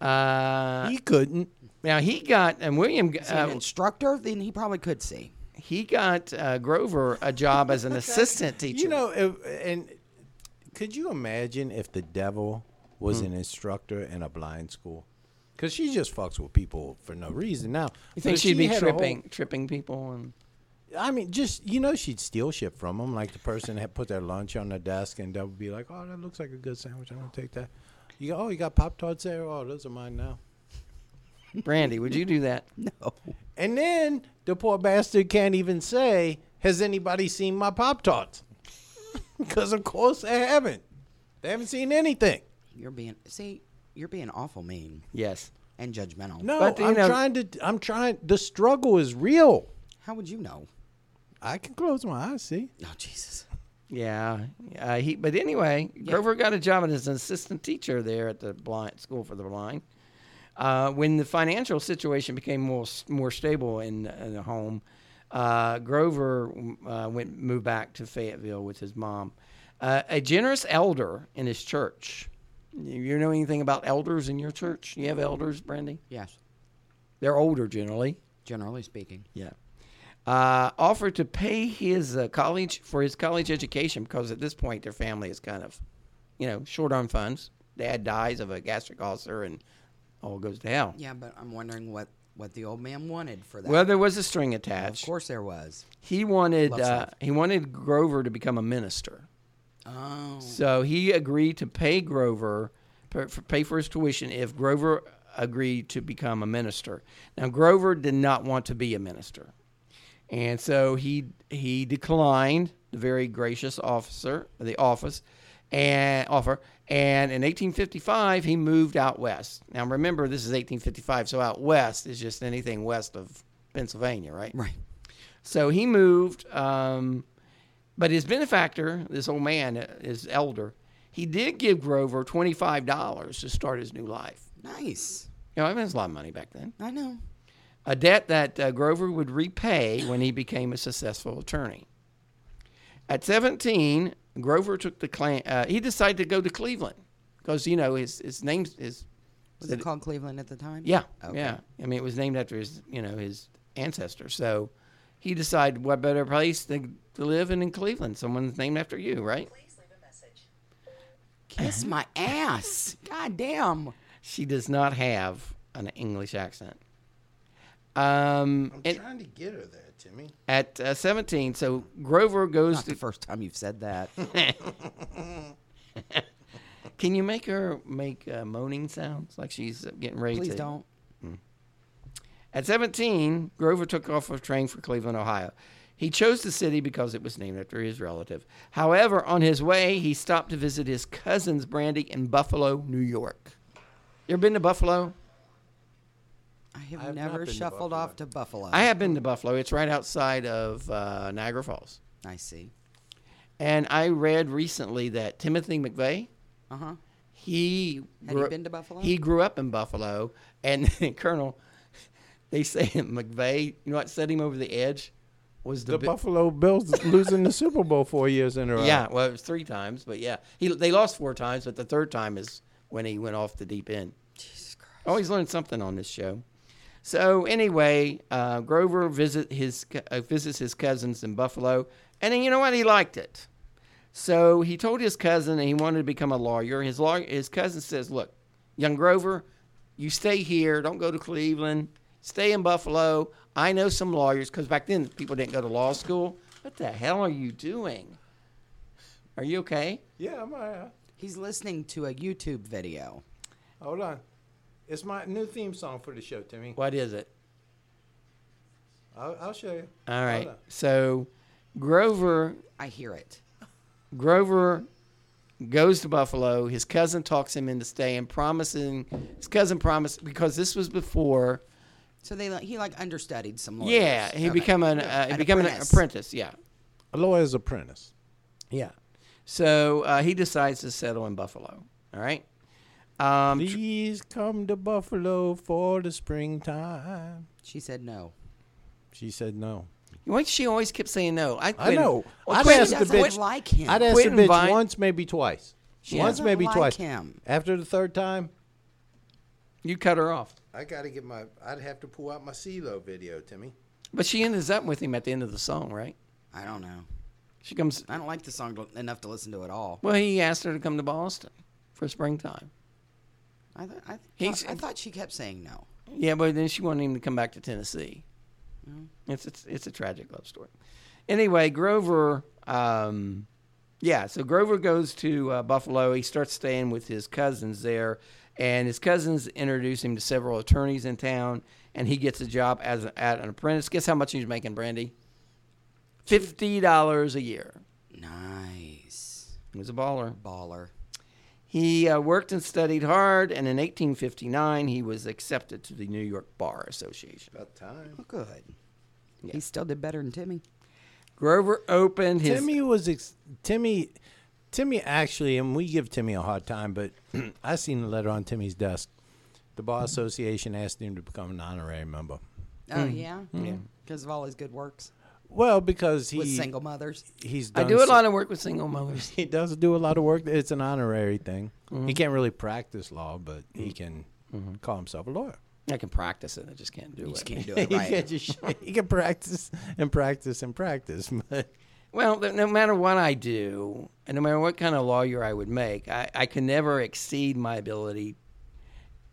Speaker 1: Uh,
Speaker 3: He couldn't.
Speaker 1: now he got and William g-
Speaker 2: Is he an
Speaker 1: uh,
Speaker 2: instructor? Then he probably could see.
Speaker 1: he got uh, Grover a job as an assistant teacher.
Speaker 3: You know, if, and could you imagine if the devil
Speaker 1: Hmm.
Speaker 3: was an instructor in a blind school? Because she just fucks with people for no reason. Now,
Speaker 1: you think she'd be tripping, tripping people and.
Speaker 3: I mean, just you know, she'd steal shit from them. Like the person had put their lunch on the desk, and they would be like, "Oh, that looks like a good sandwich. I'm gonna take that." You go, "Oh, you got pop tarts there? Oh, those are mine now."
Speaker 1: Brandy, would you do that?
Speaker 3: And then the poor bastard can't even say, "Has anybody seen my pop tarts?" Because of course they haven't. They haven't seen anything.
Speaker 2: You're being see. You're being awful mean
Speaker 1: Yes.
Speaker 2: and judgmental.
Speaker 3: No,
Speaker 1: But, you
Speaker 3: I'm
Speaker 1: know-
Speaker 3: trying to. I'm trying. The struggle is real.
Speaker 2: How would you know?
Speaker 3: I can close my eyes. See,
Speaker 2: Oh Jesus.
Speaker 1: Yeah. Uh, he. But anyway, Grover got a job as an assistant teacher there at the blind school for the blind. Uh, when the financial situation became more more stable in, in the home, uh, Grover uh, went moved back to Fayetteville with his mom. Uh, a generous elder in his church. You you know anything about elders in your church? You have elders, Brandy?
Speaker 2: Yes.
Speaker 1: They're older generally.
Speaker 2: Generally speaking.
Speaker 1: Yeah. Uh, offered to pay his uh, college for his college education because at this point their family is kind of, you know, short on funds. Dad dies of a gastric ulcer and all goes to hell.
Speaker 2: Yeah, but I'm wondering what what the old man wanted for that.
Speaker 1: Well, there was a string
Speaker 2: of
Speaker 1: attached.
Speaker 2: course there was.
Speaker 1: He wanted
Speaker 2: Love
Speaker 1: uh,
Speaker 2: stuff.
Speaker 1: he wanted Grover to become a minister,
Speaker 2: Oh.
Speaker 1: so he agreed to pay Grover per, for, pay for his tuition if Grover agreed to become a minister. Now Grover did not want to be a minister, and so he he declined the very gracious officer the office and offer. And in 1855, he moved out west. Now remember, this is 1855, so out west is just anything west of Pennsylvania, right?
Speaker 2: Right.
Speaker 1: So he moved, um, but his benefactor, this old man, uh, his elder, he did give Grover twenty five dollars to start his new life.
Speaker 2: Nice.
Speaker 1: You know, I mean, it was a lot of money back then.
Speaker 2: I know.
Speaker 1: A debt that uh, Grover would repay when he became a successful attorney. At seventeen, Grover took the claim. Uh, he decided to go to Cleveland because you know his his name's his
Speaker 2: Was it called Cleveland at the time?
Speaker 1: yeah,
Speaker 2: Okay.
Speaker 1: yeah. I mean, it was named after his, you know, his ancestor. So he decided what better place to, to live in than Cleveland. Someone's named after you, right?
Speaker 2: Kiss my ass. God damn.
Speaker 1: She does not have an English accent. Um,
Speaker 3: I'm
Speaker 1: and
Speaker 3: trying to get her there, Timmy.
Speaker 1: at uh, 17, so Grover goes
Speaker 2: Not the
Speaker 1: to.
Speaker 2: first time you've said that.
Speaker 1: Can you make her make uh, moaning sounds like she's getting ready
Speaker 2: Please
Speaker 1: to?
Speaker 2: don't.
Speaker 1: At 17, Grover took off a train for Cleveland, Ohio. He chose the city because it was named after his relative. However, on his way, he stopped to visit his cousins Brandy in Buffalo, New York. You ever been to Buffalo?
Speaker 2: I have,
Speaker 3: I have not
Speaker 2: never
Speaker 3: been to
Speaker 2: shuffled
Speaker 3: Buffalo.
Speaker 2: off to Buffalo.
Speaker 1: I have been to Buffalo. It's right outside of uh, Niagara Falls.
Speaker 2: I see.
Speaker 1: And I read recently that Timothy McVeigh,
Speaker 2: Uh huh.
Speaker 1: he
Speaker 2: Had he been to Buffalo?
Speaker 1: He grew up in Buffalo, and Colonel, they say McVeigh, you know what set him over the edge was the,
Speaker 3: The
Speaker 1: bi-
Speaker 3: Buffalo Bills losing the Super Bowl four years in a row.
Speaker 1: Yeah, well, it was three times, but yeah, he they lost four times, but the third time is when he went off the deep end. Jesus Christ! Always learn something on this show. So anyway, uh, Grover visit his co- uh, visits his cousins in Buffalo, and then you know what? He liked it. So he told his cousin that he wanted to become a lawyer. His law, his cousin says, "Look, young Grover, you stay here. Don't go to Cleveland. Stay in Buffalo. I know some lawyers because back then people didn't go to law school. What the hell are you doing? Are you okay?
Speaker 3: Yeah, I'm all right.
Speaker 2: He's listening to a YouTube video.
Speaker 3: Hold on. It's my new theme song for the show, Timmy.
Speaker 1: What is it?
Speaker 3: I'll, I'll show you.
Speaker 1: All right.
Speaker 3: Hold on.
Speaker 1: So Grover
Speaker 2: I hear it.
Speaker 1: Grover goes to Buffalo. His cousin talks him into staying, promising his cousin promised because this was before.
Speaker 2: So they like- he like understudied some lawyers.
Speaker 1: Yeah, he
Speaker 2: Okay.
Speaker 1: become an, uh, he
Speaker 2: An
Speaker 1: become
Speaker 2: apprentice.
Speaker 1: an apprentice. Yeah,
Speaker 3: A lawyer's apprentice.
Speaker 1: yeah. So uh, he decides to settle in Buffalo. All right. Um,
Speaker 3: Please come to Buffalo for the springtime.
Speaker 2: She said no.
Speaker 3: She said no.
Speaker 1: why she always kept saying no? I,
Speaker 3: I
Speaker 1: quit-
Speaker 3: know.
Speaker 1: Well,
Speaker 3: I'd
Speaker 1: quit-
Speaker 3: ask the
Speaker 2: doesn't
Speaker 3: bitch.
Speaker 2: like him.
Speaker 3: I'd ask
Speaker 1: Quit
Speaker 3: the bitch
Speaker 1: invite-
Speaker 3: once, maybe twice.
Speaker 2: She
Speaker 3: once,
Speaker 2: doesn't
Speaker 3: maybe
Speaker 2: like
Speaker 3: twice.
Speaker 2: him.
Speaker 3: After the third time,
Speaker 1: You cut her off.
Speaker 3: I gotta get my. I'd have to pull out my CeeLo video, Timmy.
Speaker 1: But she ends up with him at the end of the song, right?
Speaker 2: I don't know.
Speaker 1: She comes.
Speaker 2: I don't like the song to- enough to listen to it all.
Speaker 1: Well, he asked her to come to Boston for springtime.
Speaker 2: I, th- I,
Speaker 1: He's-
Speaker 2: th- I thought she kept saying no.
Speaker 1: Yeah, but then she wanted him to come back to Tennessee. It's, it's it's a tragic love story. Anyway, Grover, um, yeah, so Grover goes to uh, Buffalo. He starts staying with his cousins there, and his cousins introduce him to several attorneys in town, and he gets a job as a, at an apprentice. Guess how much he's making, Brandy? Fifty dollars a year.
Speaker 2: Nice.
Speaker 1: He was a baller.
Speaker 2: Baller.
Speaker 1: He uh, worked and studied hard, and in 1859 he was accepted to the New York Bar Association.
Speaker 3: About time.
Speaker 2: Good. He still did better than Timmy.
Speaker 1: Grover opened his.
Speaker 3: Timmy was ex- Timmy. Timmy actually, and we give Timmy a hard time, but I seen the letter on Timmy's desk. The bar association asked him to become an honorary member.
Speaker 2: Oh,
Speaker 3: Mm.
Speaker 2: yeah? Yeah. Because of all his good works
Speaker 3: Well, because he
Speaker 2: with single mothers.
Speaker 3: he's
Speaker 1: I
Speaker 3: done
Speaker 1: do a
Speaker 3: so-
Speaker 1: lot of work with single mothers.
Speaker 3: he does do a lot of work. It's an honorary thing.
Speaker 1: Mm-hmm.
Speaker 3: He can't really practice law, but he can call himself a lawyer.
Speaker 1: I can practice it. I just can't do it.
Speaker 2: Just can't do it
Speaker 3: He can
Speaker 2: right.
Speaker 3: just he can practice and practice and practice. But
Speaker 1: Well, th- no matter what I do, and no matter what kind of lawyer I would make, I, I can never exceed my ability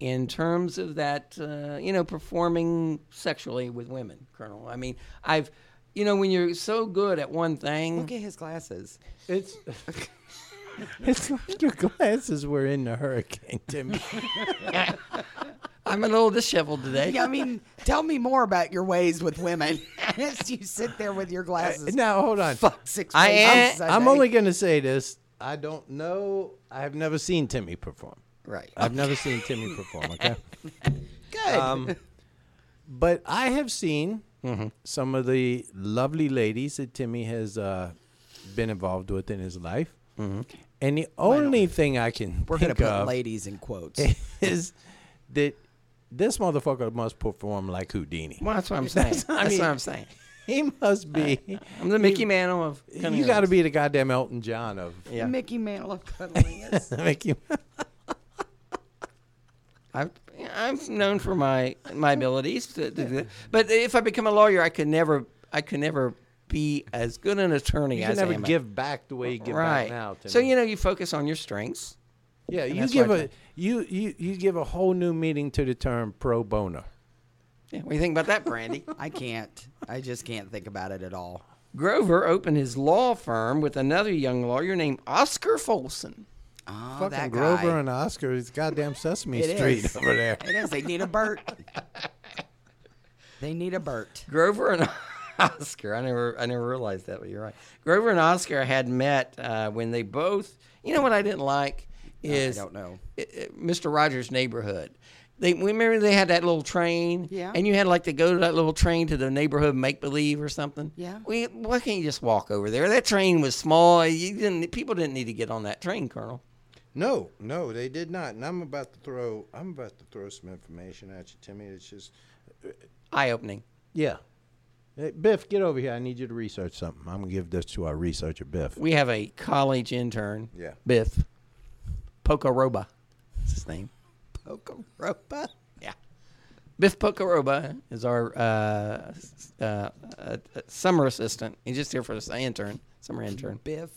Speaker 1: in terms of that, uh, you know, performing sexually with women, Colonel. I mean, I've, you know, when you're so good at one thing,
Speaker 2: Look at his glasses.
Speaker 3: it's It's like your glasses were in the hurricane, Timmy.
Speaker 1: I'm a little disheveled today.
Speaker 2: Yeah, I mean, tell me more about your ways with women. As you sit there with your
Speaker 3: Uh,
Speaker 2: glasses.
Speaker 3: now hold on.
Speaker 2: Fuck six
Speaker 1: I
Speaker 2: ways
Speaker 1: am-
Speaker 2: to
Speaker 1: I'm
Speaker 2: Sunday.
Speaker 3: I'm only gonna say this. I don't know. I have never seen Timmy perform.
Speaker 2: right.
Speaker 3: I've never seen Timmy perform. Okay. Um,
Speaker 2: Good.
Speaker 3: But I have seen
Speaker 1: Mm-hmm.
Speaker 3: some of the lovely ladies that Timmy has uh, been involved with in his life.
Speaker 1: Mm-hmm.
Speaker 3: And the only thing I can
Speaker 2: We're gonna
Speaker 3: think
Speaker 2: put
Speaker 3: of
Speaker 2: ladies in quotes.
Speaker 3: is that this motherfucker must perform like Houdini.
Speaker 1: Well, that's what I'm saying. that's
Speaker 3: I mean-
Speaker 1: what I'm saying.
Speaker 3: He must be.
Speaker 1: Uh, I'm the Mickey Mantle of.
Speaker 3: you got to be the goddamn Elton John of
Speaker 1: Yeah.
Speaker 2: Mickey Mantle of Cunnilingus.
Speaker 3: make you.
Speaker 1: I've, I'm known for my my abilities, to, to, do that. but if I become a lawyer, I could never I could never be as good an attorney
Speaker 3: You
Speaker 1: as
Speaker 3: can never
Speaker 1: I am. at-
Speaker 3: give back the way you give
Speaker 1: right
Speaker 3: back now. Timmy.
Speaker 1: So you know, you focus on your strengths.
Speaker 3: Yeah, you
Speaker 1: that's
Speaker 3: give
Speaker 1: what I
Speaker 3: a you, you you give a whole new meaning to the term pro bono.
Speaker 1: Yeah, what do you think about that, Brandy?
Speaker 2: I can't. I just can't think about it at all.
Speaker 1: Grover opened his law firm with another young lawyer named Oscar Folsom.
Speaker 2: Oh,
Speaker 3: Fucking
Speaker 2: that guy.
Speaker 3: Grover and Oscar is goddamn Sesame
Speaker 2: It
Speaker 3: Street
Speaker 2: is.
Speaker 3: over there.
Speaker 2: It is. They need a Bert. they need a Bert.
Speaker 1: Grover and Oscar. I never, I never realized that, but you're right. Grover and Oscar had met uh, when they both. You know what I didn't like is
Speaker 2: don't know.
Speaker 1: i- i- Mr. Rogers' neighborhood. They remember they had that little train,
Speaker 2: Yeah.
Speaker 1: And you had like to go to that little train to the neighborhood make believe or something,
Speaker 2: Yeah.
Speaker 1: We, why can't you just walk over there? That train was small. You didn't. People didn't need to get on that train, Colonel.
Speaker 3: No, no, they did not. And I'm about to throw I'm about to throw some information at you, Timmy. It's just
Speaker 1: Eye opening.
Speaker 3: yeah. Hey, Biff, get over here. I need you to research something. I'm gonna give this to our researcher, Biff.
Speaker 1: We have a college intern,
Speaker 3: Yeah.
Speaker 1: Biff Pokaroba. That's his name.
Speaker 2: Pocoropa.
Speaker 1: Yeah. Biff Pokaroba is our uh, s- uh, uh, uh, summer assistant. He's just here for the intern, summer intern.
Speaker 2: Biff.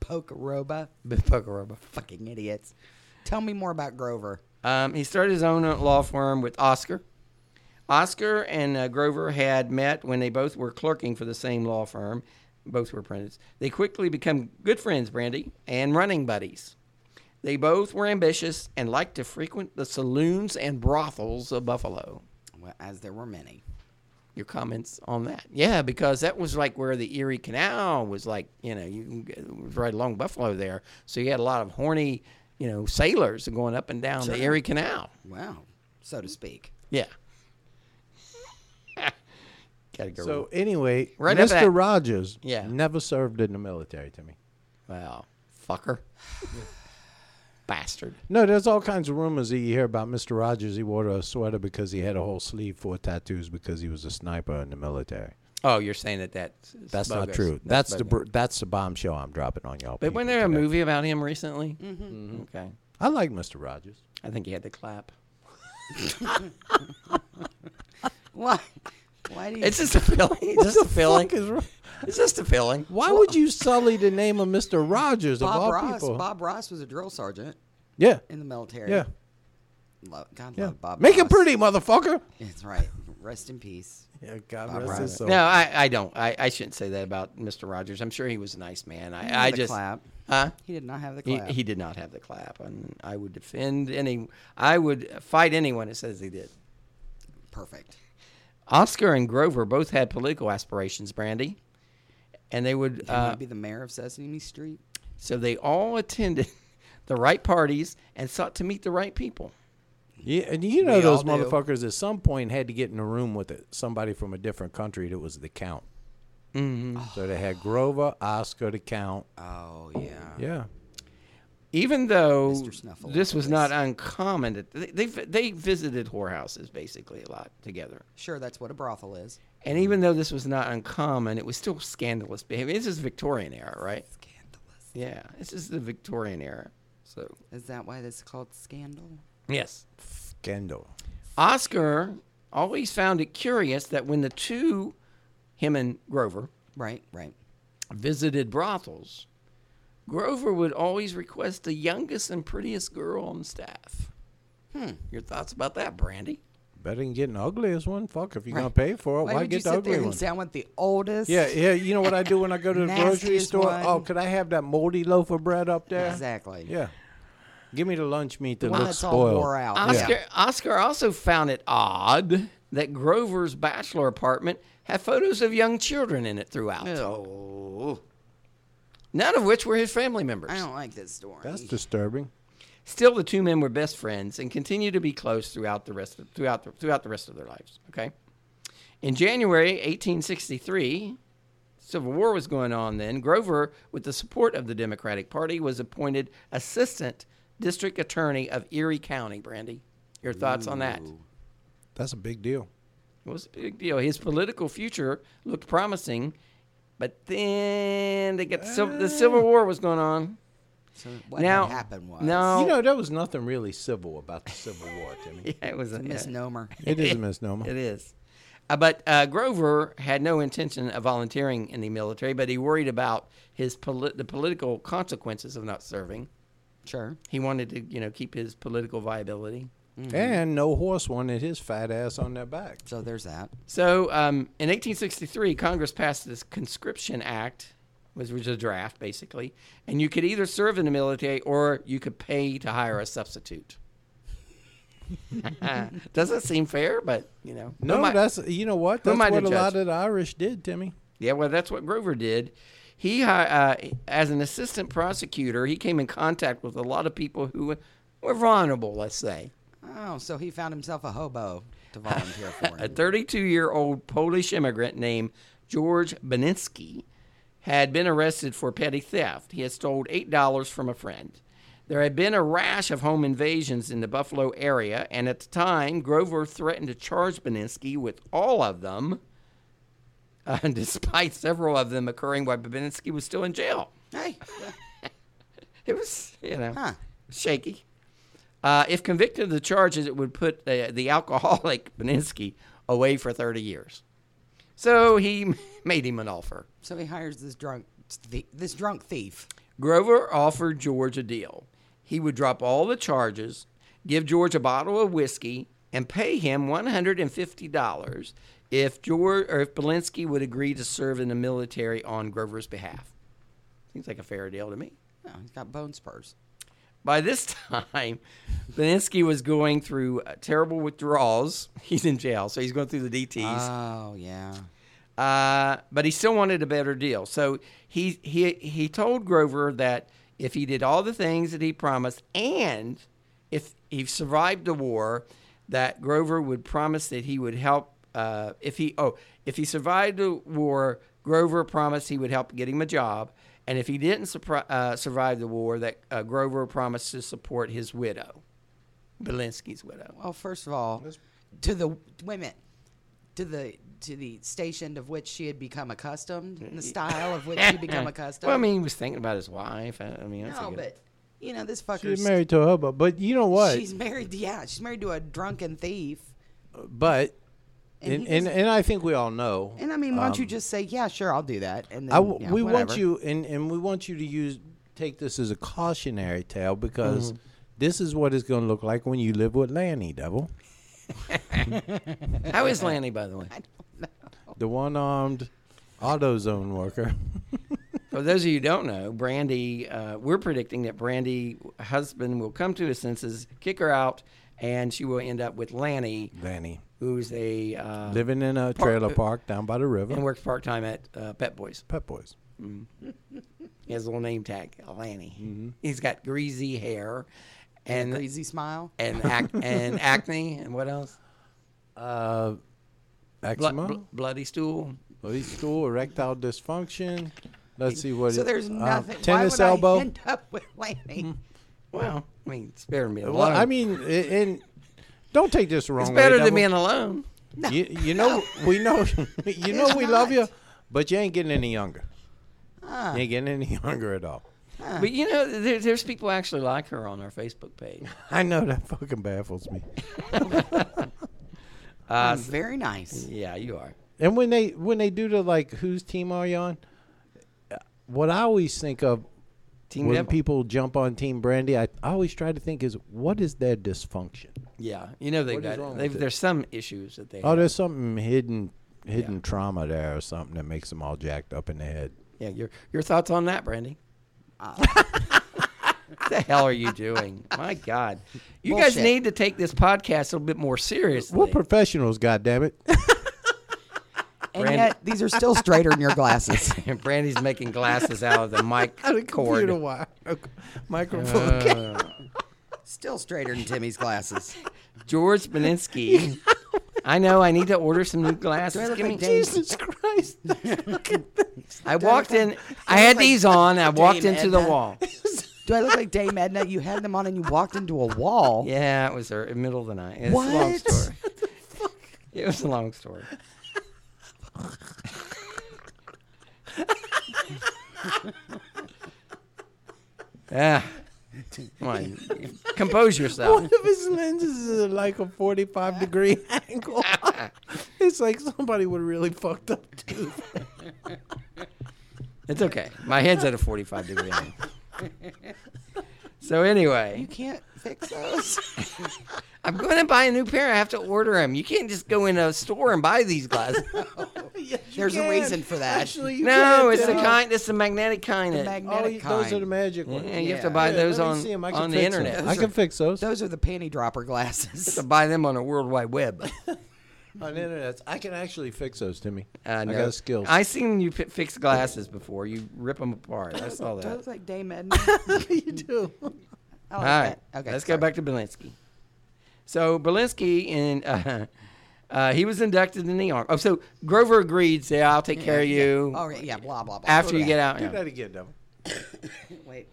Speaker 2: Pocoroba.
Speaker 1: Biff Pokaroba.
Speaker 2: Fucking idiots. Tell me more about Grover.
Speaker 1: Um, he started his own law firm with Oscar. Oscar and uh, Grover had met when they both were clerking for the same law firm. Both were apprentices. They quickly become good friends, Brandy, and running buddies. They both were ambitious and liked to frequent the saloons and brothels of Buffalo.
Speaker 2: Well, as there were many.
Speaker 1: your comments on that. Yeah, because that was like where the Erie Canal was like, you know, you can get- it was right along Buffalo there. So you had a lot of horny, you know, sailors going up and down the Erie Canal.
Speaker 2: Wow. So to speak.
Speaker 1: Yeah. Gotta go.
Speaker 3: So anyway,
Speaker 1: Right after that-
Speaker 3: Mr. Rogers
Speaker 1: Yeah.
Speaker 3: never served in the military, Timmy.
Speaker 1: well, fucker. Bastard.
Speaker 3: No, there's all kinds of rumors that you hear about Mr. Rogers. He wore a sweater because he had a whole sleeve full of tattoos because he was a sniper in the military.
Speaker 1: Oh, you're saying that that's,
Speaker 3: That's not true. That's, the br- that's the bombshell I'm dropping on y'all.
Speaker 1: But
Speaker 3: people
Speaker 1: wasn't there a
Speaker 3: today.
Speaker 1: movie about him recently? Mm-hmm. Okay.
Speaker 3: I like Mr. Rogers.
Speaker 1: I think he had to clap.
Speaker 2: Why? Why do you?
Speaker 1: It's just a feeling. It's just a feeling. It's just a feeling.
Speaker 3: Why would you sully the name of Mr. Rogers of
Speaker 2: Bob
Speaker 3: all
Speaker 2: Ross.
Speaker 3: people?
Speaker 2: Bob Ross was a drill sergeant
Speaker 3: yeah,
Speaker 2: in the military.
Speaker 3: yeah,
Speaker 2: Lo- God
Speaker 3: yeah.
Speaker 2: love Bob.
Speaker 3: Make it
Speaker 2: Ross.
Speaker 3: pretty, motherfucker.
Speaker 2: That's right. Rest in peace.
Speaker 3: Yeah, God
Speaker 2: Bob Ross.
Speaker 1: No, I, I don't. I, I shouldn't say that about Mr. Rogers. I'm sure he was a nice man.
Speaker 2: He didn't
Speaker 1: I, I
Speaker 2: have the
Speaker 1: just
Speaker 2: clap.
Speaker 1: huh?
Speaker 2: He did not have the
Speaker 1: He,
Speaker 2: clap.
Speaker 1: he did not have the clap, and I would defend any. I would fight anyone that says he did.
Speaker 2: Perfect.
Speaker 1: Oscar and Grover both had political aspirations, Brandy, and they would.
Speaker 2: He
Speaker 1: Uh,
Speaker 2: would be the mayor of Sesame Street.
Speaker 1: so they all attended the right parties and sought to meet the right people.
Speaker 3: Yeah, and you know
Speaker 2: We all
Speaker 3: those
Speaker 2: do.
Speaker 3: motherfuckers at some point had to get in a room with it- somebody from a different country that was the count. Mm-hmm. So they had Grover, Oscar, the count.
Speaker 2: Oh yeah.
Speaker 3: Yeah.
Speaker 1: Even though
Speaker 2: Mr. Snuffleupagus.
Speaker 1: this was not uncommon, that they, they they visited whorehouses basically a lot together.
Speaker 2: Sure, that's what a brothel is.
Speaker 1: And even though this was not uncommon, it was still scandalous behavior. This is Victorian era, right?
Speaker 2: Scandalous.
Speaker 1: Yeah, this is the Victorian era. So
Speaker 2: Is that why this is called scandal?
Speaker 1: yes,
Speaker 3: Kendall.
Speaker 1: Oscar always found it curious that when the two, him and Grover,
Speaker 2: Right, right.
Speaker 1: visited brothels, Grover would always request the youngest and prettiest girl on staff. Hmm. Your thoughts about that, Brandy?
Speaker 3: better than getting the ugliest one. Fuck, if you're gonna pay for it, why,
Speaker 2: Why would you
Speaker 3: get the
Speaker 2: sit
Speaker 3: ugly
Speaker 2: there
Speaker 3: one?
Speaker 2: and say I want the oldest?
Speaker 3: Yeah, yeah. You know what I do when I go to the grocery
Speaker 2: Nastiest
Speaker 3: store?
Speaker 2: one.
Speaker 3: Oh, could I have that moldy loaf of bread up there?
Speaker 2: Exactly.
Speaker 3: Yeah. Give me the lunch meat that
Speaker 2: One
Speaker 3: looks
Speaker 2: that's all wore out.
Speaker 3: spoiled.
Speaker 1: Oscar Oscar also found it odd that Grover's bachelor apartment had photos of young children in it throughout.
Speaker 2: Oh,
Speaker 1: None of which were his family members.
Speaker 2: I don't like this story.
Speaker 3: That's disturbing.
Speaker 1: Still, the two men were best friends and continue to be close throughout the rest of, throughout the, throughout the rest of their lives. Okay. In January 1863, Civil War was going on then. Grover, with the support of the Democratic Party, was appointed assistant district attorney of Erie County. Brandy, your thoughts on that?
Speaker 3: That's a big deal.
Speaker 1: It was a big deal. His political future looked promising, but then they got the, civ-
Speaker 2: Eh.
Speaker 1: the Civil War was going on.
Speaker 2: so what
Speaker 1: now
Speaker 2: had happened was
Speaker 1: no,
Speaker 3: You know, there was nothing really civil about the Civil War, Timmy.
Speaker 1: Yeah, it was
Speaker 2: it's a
Speaker 1: yeah.
Speaker 2: misnomer.
Speaker 3: It is a misnomer.
Speaker 1: It is. Uh, but uh, Grover had no intention of volunteering in the military, but he worried about his poli- the political consequences of not serving.
Speaker 2: Sure.
Speaker 1: He wanted to, you know, keep his political viability.
Speaker 3: And no horse wanted his fat ass on their back.
Speaker 2: mm-hmm. So there's that.
Speaker 1: So um, in 1863, Congress passed this conscription act, which was a draft basically, and you could either serve in the military or you could pay to hire a substitute. Doesn't seem fair, but you know, who
Speaker 3: No,
Speaker 1: am I-
Speaker 3: that's you know what?
Speaker 1: who
Speaker 3: That's
Speaker 1: am I
Speaker 3: what
Speaker 1: to
Speaker 3: a lot
Speaker 1: judge?
Speaker 3: of the Irish did, Timmy.
Speaker 1: Yeah, well, that's what Grover did. He, hi- uh, as an assistant prosecutor, he came in contact with a lot of people who were vulnerable. Let's say
Speaker 2: Oh, so he found himself a hobo to volunteer for.
Speaker 1: a
Speaker 2: him.
Speaker 1: 32-year-old Polish immigrant named George Baninski had been arrested for petty theft. He had stolen eight dollars from a friend. There had been a rash of home invasions in the Buffalo area, and at the time, Grover threatened to charge Baninski with all of them, uh, despite several of them occurring while Baninski was still in jail.
Speaker 2: Hey,
Speaker 1: It was, you know,
Speaker 2: Huh.
Speaker 1: shaky. Uh, if convicted of the charges, it would put uh, the alcoholic Beninsky away for 30 years. So he made him an offer.
Speaker 2: so he hires this drunk, thi- this drunk thief.
Speaker 1: Grover offered George a deal. He would drop all the charges, give George a bottle of whiskey, and pay him $150 if George or if Belinsky would agree to serve in the military on Grover's behalf. Seems like a fair deal to me.
Speaker 2: Oh, he's got bone spurs.
Speaker 1: By this time, Beninsky was going through uh, terrible withdrawals. He's in jail, so he's going through the DTs.
Speaker 2: Oh yeah.
Speaker 1: Uh, but he still wanted a better deal. So he, he, he told Grover that if he did all the things that he promised and if he survived the war, that Grover would promise that he would help. Uh, if he oh if he survived the war, Grover promised he would help get him a job, and if he didn't surpri- uh, survive the war, that uh, Grover promised to support his widow, Belinsky's widow.
Speaker 2: Well, first of all, to the wait a minute, to the to the station of which she had become accustomed, the style of which she become accustomed.
Speaker 1: Well, I mean, he was thinking about his wife. I, I mean, that's a
Speaker 2: no,
Speaker 1: good-
Speaker 2: but you know this fucker's
Speaker 3: She's married to a hubba, but you know what?
Speaker 2: She's married. Yeah, she's married to a drunken thief.
Speaker 3: but
Speaker 2: And
Speaker 3: and,
Speaker 2: he
Speaker 3: and,
Speaker 2: doesn't-
Speaker 3: and I think we all know.
Speaker 2: And I mean, why don't
Speaker 1: Um,
Speaker 2: you just say, yeah, sure, I'll do that? And then,
Speaker 3: I w-
Speaker 2: yeah,
Speaker 3: we want
Speaker 2: whatever.
Speaker 3: you and, and we want you to use take this as a cautionary tale because
Speaker 2: Mm-hmm.
Speaker 3: this is what it's going to look like when you live with Lanny Devil,
Speaker 1: How is Lanny, by the way?
Speaker 3: the one-armed AutoZone worker.
Speaker 1: For those of you who don't know, Brandy, uh, we're predicting that Brandy husband will come to his senses, kick her out, and she will end up with Lanny,
Speaker 3: Lanny
Speaker 1: who's a uh,
Speaker 3: living in a trailer park down by the
Speaker 1: and
Speaker 3: river.
Speaker 1: works part time at uh, Pet Boys.
Speaker 3: Pep Boys.
Speaker 1: He has a little name tag, Lanny. He's got greasy hair, and
Speaker 2: Crazy smile.
Speaker 1: and ac- and acne, and what else? Blo-
Speaker 3: Eczema.
Speaker 1: bl- bloody stool.
Speaker 3: Stool, erectile dysfunction. Let's see what.
Speaker 2: So
Speaker 3: it-
Speaker 2: there's
Speaker 1: Um,
Speaker 3: uh,
Speaker 2: nothing.
Speaker 3: tennis
Speaker 2: why would
Speaker 3: elbow.
Speaker 2: I end up with Lanny.
Speaker 1: Mm-hmm. Well, I mean, it's better than being
Speaker 3: well,
Speaker 1: alone.
Speaker 3: I mean, a- and don't take this the wrong
Speaker 1: it's
Speaker 3: way.
Speaker 1: better than
Speaker 3: Devil.
Speaker 1: being alone.
Speaker 3: You, you know, we know, you know, we love you, but you ain't getting any younger. You ain't getting any younger at all.
Speaker 1: But you know, there, there's people who actually like her on our Facebook page.
Speaker 3: I know that fucking baffles me.
Speaker 2: I'm very nice.
Speaker 1: yeah, you are.
Speaker 3: And when they when they do the like, whose team are you on? What I always think of
Speaker 1: Team
Speaker 3: when
Speaker 1: Devil.
Speaker 3: people jump on Team Brandy, I, I always try to think is what is their dysfunction?
Speaker 1: Yeah, you know they've
Speaker 3: What is
Speaker 1: got
Speaker 3: wrong
Speaker 1: they've,
Speaker 3: with it?
Speaker 1: there's some issues that they.
Speaker 3: Oh,
Speaker 1: have.
Speaker 3: there's something hidden hidden trauma there or something that makes them all jacked up in the head.
Speaker 1: Yeah, your your thoughts on that, Brandy?
Speaker 3: Ah.
Speaker 1: what the hell are you doing? My God, you guys
Speaker 2: Bullshit.
Speaker 1: need to take this podcast a little bit more seriously.
Speaker 3: We're professionals, goddammit.
Speaker 2: And
Speaker 1: Brand-
Speaker 2: yet, these are still straighter than your glasses.
Speaker 1: and Brandy's making glasses out of the mic cord. Uh,
Speaker 3: Computer wire. Okay. Microphone. Okay.
Speaker 2: still straighter than Timmy's glasses.
Speaker 1: George Beninsky. I know. I need to order some new glasses.
Speaker 2: Do I look
Speaker 1: Give me-
Speaker 2: like Dane?
Speaker 3: Jesus Christ. Look at this.
Speaker 1: I walked in. I
Speaker 2: look
Speaker 1: had
Speaker 2: like
Speaker 1: these on. I walked
Speaker 2: Dame
Speaker 1: into the
Speaker 2: Edna?
Speaker 1: wall.
Speaker 2: Do I look like Dame Edna? You had them on and you walked into a wall.
Speaker 1: Yeah, it was there in the middle of the night. It's a long
Speaker 2: What?
Speaker 1: story. It was a long story. yeah. Ah, Come on. Compose yourself.
Speaker 3: One of his lenses is at like a 45 degree angle. it's like somebody would really fucked up too.
Speaker 1: It's okay. My head's at a 45 degree angle. So anyway,
Speaker 2: You can't fix those.
Speaker 1: I'm going to buy a new pair. I have to order them. You can't just go in a store and buy these glasses.
Speaker 2: There's a reason for that.
Speaker 3: Actually, you
Speaker 1: no,
Speaker 3: can't
Speaker 1: it's the
Speaker 3: tell.
Speaker 1: kind. It's the magnetic kind. that-
Speaker 2: magnetic
Speaker 3: Oh, you- those are
Speaker 2: kind.
Speaker 3: the magic ones.
Speaker 1: Yeah, you have to
Speaker 2: Yeah.
Speaker 1: buy
Speaker 3: Yeah,
Speaker 1: those
Speaker 3: let me
Speaker 1: on
Speaker 3: see 'em. I can
Speaker 1: on the
Speaker 3: fix 'em.
Speaker 1: internet.
Speaker 3: I can fix those.
Speaker 2: Those are the panty dropper glasses.
Speaker 1: to buy them on a World Wide Web.
Speaker 3: on the internet. I can actually fix those, Timmy.
Speaker 1: Uh,
Speaker 3: I
Speaker 1: no.
Speaker 3: got skills.
Speaker 1: I seen you fi- fix glasses before. You rip them apart. I saw
Speaker 2: Do Oh, I look
Speaker 1: that.
Speaker 2: like Dame Edna?
Speaker 3: you do.
Speaker 2: I
Speaker 1: All
Speaker 2: like
Speaker 1: right.
Speaker 2: that. Okay.
Speaker 1: Let's
Speaker 2: sorry.
Speaker 1: go back to Belinsky. So Belinsky in. Uh, uh, he was inducted in the army. Oh, so Grover agreed. Say, "I'll take care of you
Speaker 2: Oh, yeah. Blah, blah, blah.
Speaker 1: after
Speaker 2: Go
Speaker 1: you
Speaker 2: to
Speaker 1: get
Speaker 2: that.
Speaker 1: out."
Speaker 3: Do
Speaker 1: Yeah.
Speaker 3: that again, though.
Speaker 2: Wait.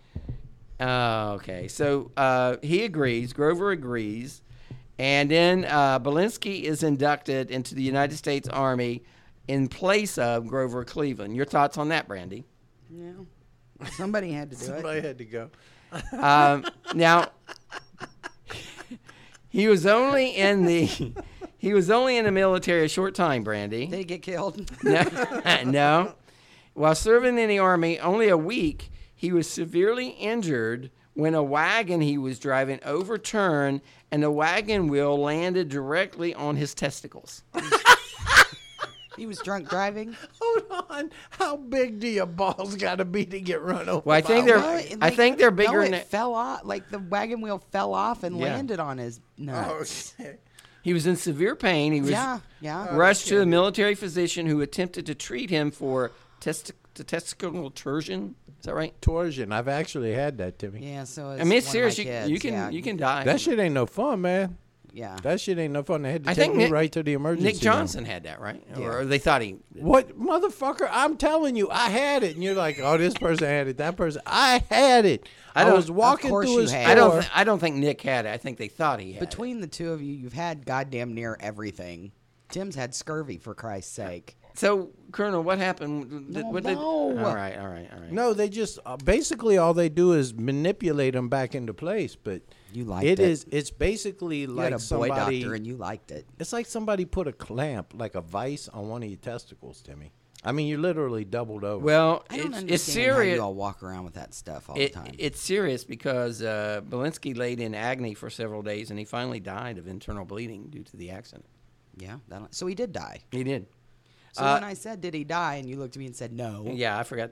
Speaker 1: Oh, okay. So uh, he agrees. Grover agrees. And then uh, Belinsky is inducted into the United States Army in place of Grover Cleveland. Your thoughts on that, Brandy?
Speaker 2: Yeah. Somebody had to do it.
Speaker 3: Somebody had to go.
Speaker 1: Um, now, he was only in the he was only in the military a short time, Brandy.
Speaker 2: Did he get killed?
Speaker 1: no, no. While serving in the army only a week, he was severely injured when a wagon he was driving overturned and the wagon wheel landed directly on his testicles.
Speaker 2: he was drunk driving.
Speaker 3: Hold on. How big do your balls got to be to get run over?
Speaker 1: Well, I think
Speaker 3: by a
Speaker 1: they're
Speaker 2: No,
Speaker 3: wagon?
Speaker 2: it-
Speaker 1: I
Speaker 2: like,
Speaker 1: think they're
Speaker 2: no,
Speaker 1: bigger
Speaker 2: it
Speaker 1: than
Speaker 2: fell off. Like the wagon wheel fell off and
Speaker 1: Yeah.
Speaker 2: landed on his nuts.
Speaker 3: Okay.
Speaker 1: He was in severe pain. He was
Speaker 2: Yeah,
Speaker 3: Oh,
Speaker 2: yeah.
Speaker 1: rushed to a military physician who attempted to treat him for testi- testicular torsion. Is that right?
Speaker 3: Torsion. I've actually had that, Timmy.
Speaker 2: Yeah. So it's
Speaker 1: I mean, it's
Speaker 2: one of my
Speaker 1: serious. You, you
Speaker 2: kids,
Speaker 1: can
Speaker 2: yeah.
Speaker 1: you can die.
Speaker 3: That shit ain't no fun, man.
Speaker 2: Yeah.
Speaker 3: That shit ain't no fun. They had to
Speaker 1: I
Speaker 3: take
Speaker 1: think
Speaker 3: me
Speaker 1: Nick-
Speaker 3: right to the emergency.
Speaker 1: Nick
Speaker 3: room.
Speaker 1: Johnson had that, right? Or they thought he
Speaker 3: What motherfucker? I'm telling you, I had it, and you're like, "Oh, this person had it, that person." I had it.
Speaker 1: I
Speaker 3: I,
Speaker 1: don't-
Speaker 3: was
Speaker 1: of
Speaker 3: walking
Speaker 2: course
Speaker 3: through a
Speaker 2: you
Speaker 3: store.
Speaker 2: had it.
Speaker 1: I don't. Th- I don't think Nick had it. I think they thought he had. it.
Speaker 2: Between the two of you, you've had goddamn near everything. Tim's had scurvy for Christ's sake.
Speaker 1: So, Colonel, what happened? Did-
Speaker 2: No,
Speaker 1: what did-
Speaker 2: no.
Speaker 1: All right, all right, all right.
Speaker 3: no, they just uh, basically all they do is manipulate them back into place. But
Speaker 2: You liked it.
Speaker 3: it is. It's basically
Speaker 2: You
Speaker 3: like
Speaker 2: had a boy
Speaker 3: somebody.
Speaker 2: doctor and you liked it.
Speaker 3: it's like somebody put a clamp, like a vice, on one of your testicles, Timmy. I mean, you literally doubled over.
Speaker 1: Well,
Speaker 2: I
Speaker 1: it's,
Speaker 2: don't understand
Speaker 1: it's
Speaker 2: how
Speaker 1: serious.
Speaker 2: you all walk around with that stuff all
Speaker 1: It-
Speaker 2: the time.
Speaker 1: it's serious because uh, Belinsky laid in agony for several days, and he finally died of internal bleeding due to the accident.
Speaker 2: yeah. That, so he did die.
Speaker 1: He did.
Speaker 2: So when I said, "Did he die?" and you looked at me and said, "No,"
Speaker 1: Uh, Yeah, I forgot.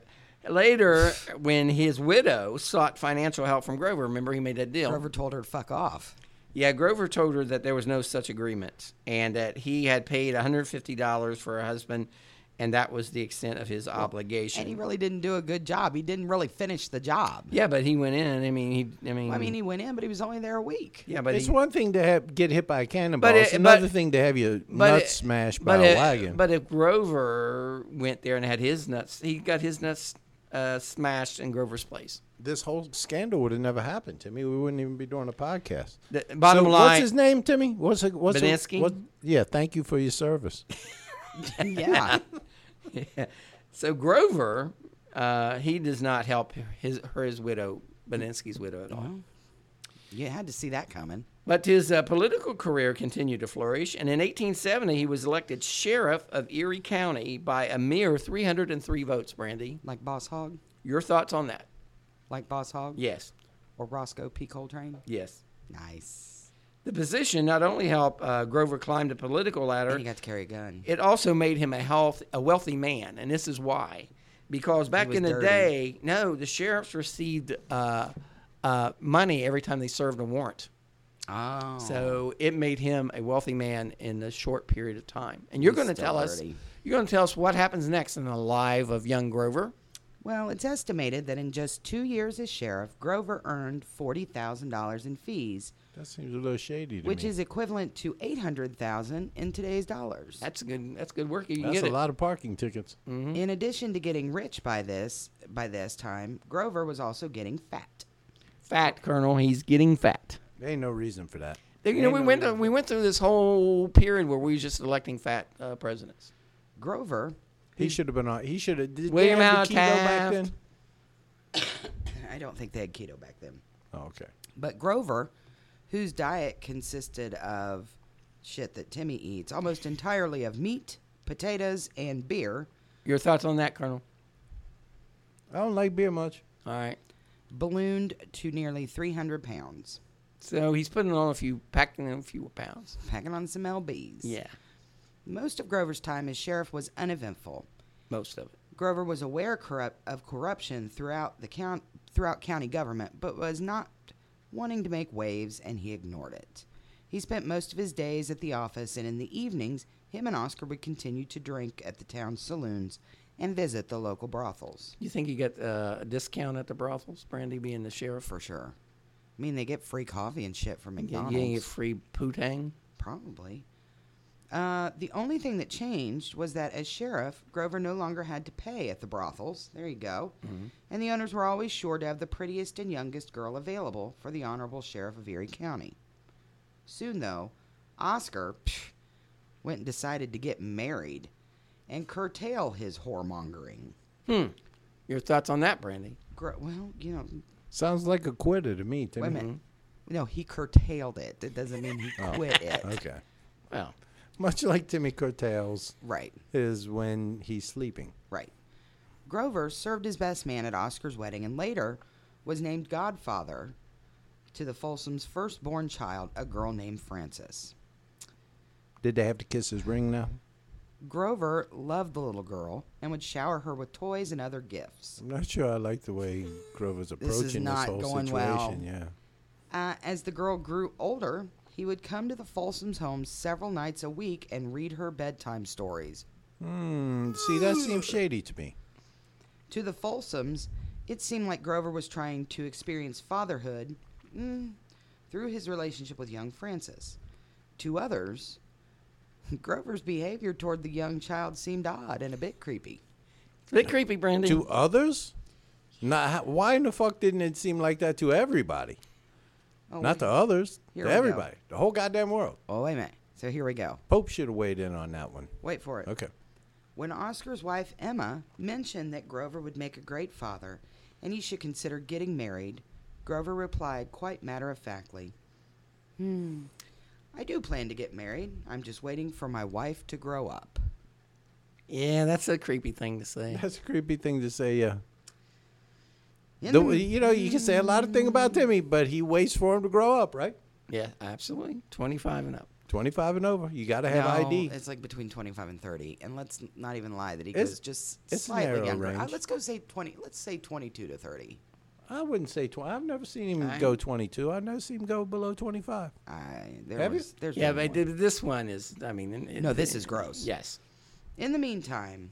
Speaker 1: Later, when his widow sought financial help from Grover, remember he made that deal.
Speaker 2: Grover told her to fuck off.
Speaker 1: Yeah, Grover told her that there was no such agreement and that he had paid $150 for her husband, and that was the extent of his obligation.
Speaker 2: And he really didn't do a good job. He didn't really finish the job.
Speaker 1: yeah, but he went in. I mean, he. I mean,
Speaker 2: I mean, he went in, but he was only there a week.
Speaker 1: yeah, but
Speaker 3: it's
Speaker 1: he,
Speaker 3: one thing to have, get hit by a cannonball.
Speaker 1: But it-
Speaker 3: it's another
Speaker 1: but-
Speaker 3: thing to have your
Speaker 1: but
Speaker 3: nuts
Speaker 1: it-
Speaker 3: smashed
Speaker 1: but
Speaker 3: by
Speaker 1: it-
Speaker 3: a wagon.
Speaker 1: But if Grover went there and had his nuts, he got his nuts uh, smashed in Grover's place.
Speaker 3: this whole scandal would have never happened, Timmy. We wouldn't even be doing a podcast.
Speaker 1: The- bottom
Speaker 3: So
Speaker 1: line-
Speaker 3: what's his name, Timmy? What's it, what's it-
Speaker 1: Baninsky?
Speaker 3: what- yeah, thank you for your service.
Speaker 2: yeah.
Speaker 1: So Grover, uh, he does not help his her his widow, Beninsky's widow at all.
Speaker 2: You had to see that coming.
Speaker 1: But his uh, political career continued to flourish, and in 1870 he was elected sheriff of Erie County by a mere 303 votes. Brandy,
Speaker 2: Like Boss Hog.
Speaker 1: your thoughts on that?
Speaker 2: like Boss Hogg
Speaker 1: Yes.
Speaker 2: or Roscoe P. Coltrane?
Speaker 1: Yes.
Speaker 2: Nice.
Speaker 1: The position not only helped uh, Grover climb the political ladder,
Speaker 2: And you got to carry a gun.
Speaker 1: it also made him a health a wealthy man and this is why because back
Speaker 2: was
Speaker 1: in the
Speaker 2: dirty.
Speaker 1: day no the sheriffs received uh, uh, money every time they served a warrant
Speaker 2: Oh.
Speaker 1: so it made him a wealthy man in a short period of time and you're
Speaker 2: He's
Speaker 1: going to
Speaker 2: still
Speaker 1: tell us
Speaker 2: dirty.
Speaker 1: you're going to tell us what happens next in the life of young grover
Speaker 2: Well, it's estimated that in just two years as sheriff, Grover earned $40,000 in fees,
Speaker 3: That seems a little shady to
Speaker 2: which
Speaker 3: me.
Speaker 2: is equivalent to 800000 in today's dollars. Mm-hmm.
Speaker 1: that's good that's good work if you
Speaker 3: That's
Speaker 1: get
Speaker 3: a
Speaker 1: it. Mm.
Speaker 3: lot of parking tickets.
Speaker 2: In addition to getting rich by this by this time, Grover was also getting fat.
Speaker 1: fat colonel he's getting fat
Speaker 3: There ain't no reason for that.
Speaker 1: There- you know we went we went through this whole period where we was just electing fat uh, presidents
Speaker 2: Grover,
Speaker 3: He should have been on. He should have. Did they
Speaker 1: William
Speaker 3: have
Speaker 1: Allen
Speaker 3: the keto back
Speaker 1: Taft.
Speaker 3: then?
Speaker 2: I don't think they had keto back then.
Speaker 3: Oh, okay.
Speaker 2: But Grover, whose diet consisted of shit that Timmy eats, almost entirely of meat, potatoes, and beer,
Speaker 1: your thoughts on that colonel
Speaker 3: I don't like beer much.
Speaker 1: all right
Speaker 2: ballooned to nearly 300 pounds,
Speaker 1: So he's putting on a few, packing on a few pounds.
Speaker 2: packing on some LBs. Most of Grover's time as sheriff was uneventful.
Speaker 1: most of it.
Speaker 2: Grover was aware corrupt, of corruption throughout the count, throughout county government, but was not wanting to make waves, and he ignored it. He spent most of his days at the office, and in the evenings, him and Oscar would continue to drink at the town saloons and visit the local brothels
Speaker 1: You think he got uh, a discount at the brothels, Brandy being the sheriff?
Speaker 2: for sure. I mean, they get free coffee and shit from
Speaker 1: Getting
Speaker 2: McDonald's.
Speaker 1: getting a free putang?
Speaker 2: Probably. Uh, the only thing that changed was that as sheriff, Grover no longer had to pay at the brothels. There you go. And the owners were always sure to have the prettiest and youngest girl available for the honorable sheriff of Erie County. Soon, though, Oscar psh, went and decided to get married and curtail his whoremongering.
Speaker 1: Your thoughts on that, Brandy?
Speaker 2: Gro- well, you know,
Speaker 3: Sounds like a quitter to me. Timmy.
Speaker 2: women. No, he curtailed it. That doesn't mean he quit it.
Speaker 3: Okay.
Speaker 1: Well,
Speaker 3: Much like Timmy curtails
Speaker 2: Right.
Speaker 3: is when he's sleeping.
Speaker 2: Right. Grover served as best man at Oscar's wedding and later was named godfather to the Folsom's firstborn child, a girl named Frances.
Speaker 3: Did they have to kiss his ring now?
Speaker 2: Grover loved the little girl and would shower her with toys and other gifts.
Speaker 3: I'm not sure I like the way Grover's approaching
Speaker 2: is
Speaker 3: this,
Speaker 2: not
Speaker 3: whole
Speaker 2: going
Speaker 3: situation.
Speaker 2: well.
Speaker 3: Yeah.
Speaker 2: Uh, as the girl grew older, he would come to the Folsom's home several nights a week and read her bedtime stories.
Speaker 3: Hmm. See, that seems shady to me.
Speaker 2: To the Folsoms, it seemed like Grover was trying to experience fatherhood mm, through his relationship with young Francis. To others, Grover's behavior toward the young child seemed odd and a bit creepy.
Speaker 1: it's a bit creepy, Brandy.
Speaker 3: To others? Not, why in the fuck didn't it seem like that to everybody?
Speaker 2: Oh,
Speaker 3: Not
Speaker 2: wait-
Speaker 3: to others.
Speaker 2: Here
Speaker 3: to
Speaker 2: we go.
Speaker 3: everybody. The whole goddamn world.
Speaker 2: Oh, wait a minute. So here we go.
Speaker 3: Pope should have weighed in on that one.
Speaker 2: Wait for it.
Speaker 3: Okay.
Speaker 2: When Oscar's wife, Emma, mentioned that Grover would make a great father and he should consider getting married, Grover replied quite matter of factly, Hmm, I do plan to get married. I'm just waiting for my wife to grow up.
Speaker 1: yeah, that's a creepy thing to say.
Speaker 3: That's a creepy thing to say, yeah.
Speaker 2: In
Speaker 3: The-
Speaker 2: the-
Speaker 3: you know, you can say a lot of things about Timmy, but he waits for him to grow up, right?
Speaker 1: yeah, absolutely. 25 and up.
Speaker 3: 25 and over. You got to have
Speaker 2: No,
Speaker 3: ID.
Speaker 2: It's like between 25 and 30. And let's n- not even lie that he
Speaker 3: It's-
Speaker 2: goes just
Speaker 3: it's a
Speaker 2: slightly
Speaker 3: narrow
Speaker 2: younger. Uh,
Speaker 3: range.
Speaker 2: let's go say 20. Let's say 22 to 30.
Speaker 3: I wouldn't say 20. I've never seen him
Speaker 1: I-
Speaker 3: go 22. I've never seen him go below 25.
Speaker 2: I there
Speaker 3: Have you?
Speaker 2: was, there's
Speaker 1: Yeah,
Speaker 2: one
Speaker 1: but
Speaker 2: more.
Speaker 1: th- this one is, I mean. it-
Speaker 2: No, this
Speaker 1: it-
Speaker 2: is gross.
Speaker 1: Yes.
Speaker 2: In the meantime,